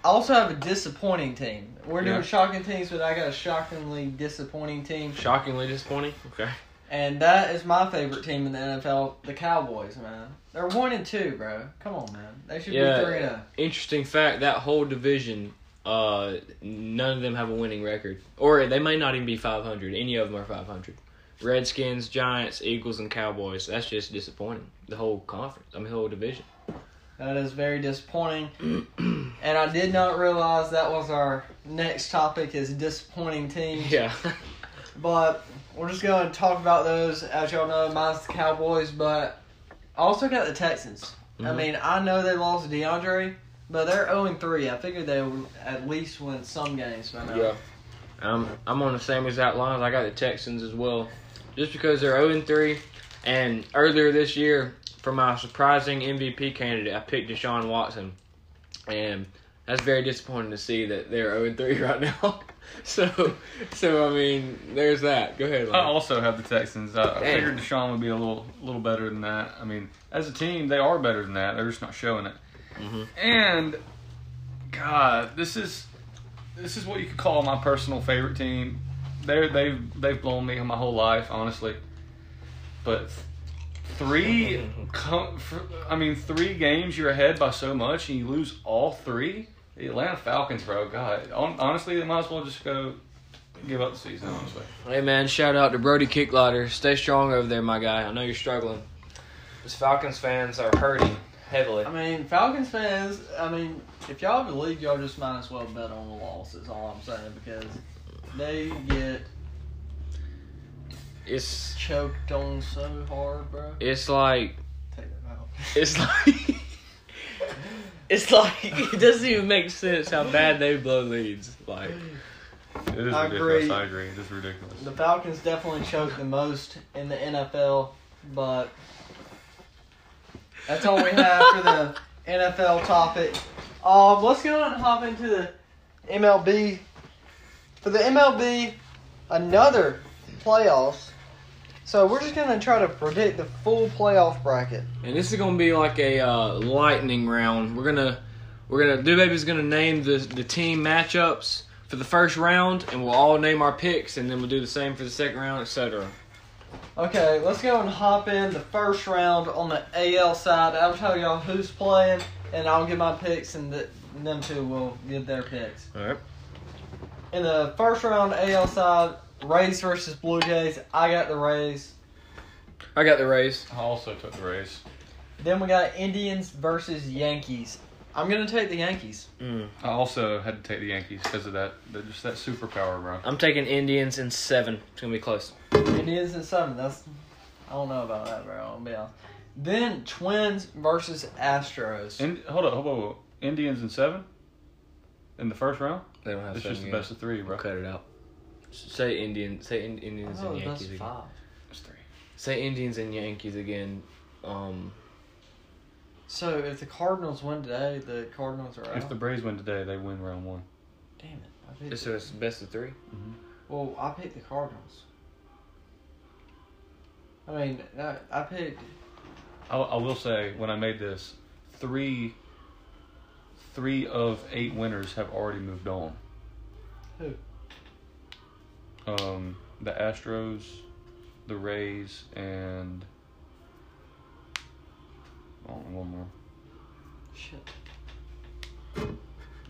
Speaker 2: I also have a disappointing team. We're doing
Speaker 3: Yeah.
Speaker 2: shocking teams, but I got a shockingly disappointing team.
Speaker 1: Shockingly disappointing. Okay.
Speaker 2: And that is my favorite team in the NFL, the Cowboys, man. They're one and two, bro. Come on, man. They should
Speaker 1: Yeah.
Speaker 2: be three and oh. zero.
Speaker 1: Interesting fact: that whole division, uh, none of them have a winning record, or they may not even be 500. Any of them are 500. Redskins, Giants, Eagles, and Cowboys. That's just disappointing. The whole conference. I mean, whole division.
Speaker 2: That is very disappointing. and I did not realize that was our next topic is disappointing teams.
Speaker 1: Yeah.
Speaker 2: But we're just gonna talk about those. As y'all know, mine's the Cowboys, but I also got the Texans. I
Speaker 1: Mhm.
Speaker 2: mean, I know they lost DeAndre, But they're 0 3. I figured they would at least win some games by now.
Speaker 1: I'm I'm on the same exact lines. I got the Texans as well, just because they're 0 3, and earlier this year for my surprising MVP candidate, I picked Deshaun Watson, and that's very disappointing to see that they're 0 3 right now. so, so I mean, there's that. Go ahead.
Speaker 3: I
Speaker 1: Lane.
Speaker 3: also have the Texans. I, I
Speaker 1: Damn.
Speaker 3: figured Deshaun would be a little, little better than that. I mean, as a team, they are better than that. They're just not showing it.
Speaker 1: Mhm.
Speaker 3: And God, this is, this is what you could call my personal favorite team. They they've they've blown me my whole life, honestly. But three, com- fr- I mean, three games you're ahead by so much, and you lose all three. The Atlanta Falcons, bro. God, hon- honestly, they might as well just go give up the season. Honestly.
Speaker 1: Hey man, shout out to Brody Kicklighter. Stay strong over there, my guy. I know you're struggling. These Falcons fans are hurting heavily.
Speaker 2: I mean, Falcons fans, I mean, if y'all believe, y'all just might as well bet on the loss, is all I'm saying, because they get
Speaker 1: It's
Speaker 2: choked on so hard, bro.
Speaker 1: it's like
Speaker 2: Take that out.
Speaker 1: it's like it's like it doesn't even make sense how bad they blow leads. Like
Speaker 3: It is
Speaker 2: I
Speaker 3: ridiculous.
Speaker 2: agree.
Speaker 3: I agree. It is ridiculous.
Speaker 2: The Falcons definitely choked the most in the NFL, but that's all we have for the NFL topic. Um, let's go and hop into the MLB. For the MLB, another playoffs. So we're just gonna try to predict the full playoff bracket.
Speaker 1: and this is gonna be like a uh, lightning round. We're gonna we're gonna do baby's gonna name the the team matchups for the first round and we'll all name our picks and then we'll do the same for the second round, etc.
Speaker 2: Okay, let's go and hop in the first round on the AL side. I'll tell y'all who's playing, and I'll give my picks, and the, them two will give their picks.
Speaker 1: Alright.
Speaker 2: In the first round AL side, Rays versus Blue Jays. I got the Rays.
Speaker 1: I got the race.
Speaker 3: I also took the Rays.
Speaker 2: Then we got Indians versus Yankees. I'm gonna take the Yankees.
Speaker 3: I also had to take the Yankees because of that, that, just that superpower, bro.
Speaker 1: I'm taking Indians in seven. It's gonna be close.
Speaker 2: Indians and seven. That's I don't know about that, bro. I'll be honest. Then Twins versus Astros.
Speaker 3: And hold up, hold up, hold up. Indians in seven in the first round.
Speaker 1: They don't have
Speaker 3: It's
Speaker 1: seven
Speaker 3: just the
Speaker 1: games.
Speaker 3: best of three, bro.
Speaker 1: Cut it out. Say Indian. Say in, Indians
Speaker 2: Oh,
Speaker 1: and
Speaker 2: that's
Speaker 1: Yankees again.
Speaker 2: five.
Speaker 3: It's three.
Speaker 1: Say Indians and Yankees again. Um,
Speaker 2: So if the Cardinals win today, the Cardinals are
Speaker 3: If
Speaker 2: out.
Speaker 3: the Braves win today, they win round one.
Speaker 2: Damn it! I picked
Speaker 1: it's
Speaker 2: the-
Speaker 1: it's best of three.
Speaker 2: well, I picked the Cardinals. I mean, I, I picked.
Speaker 3: I, I will say when I made this, three, three of eight winners have already moved on.
Speaker 2: Who?
Speaker 3: Um, the Astros, the Rays, and oh, one more.
Speaker 2: Shit.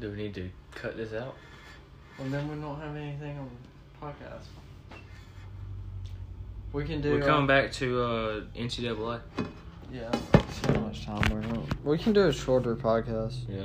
Speaker 1: Do we need to cut this out?
Speaker 2: And then we don't have anything on the podcast. We can do.
Speaker 1: We're coming back to uh, NCAA.
Speaker 2: Yeah. See how much time we're on. We can do a shorter podcast.
Speaker 1: Yeah.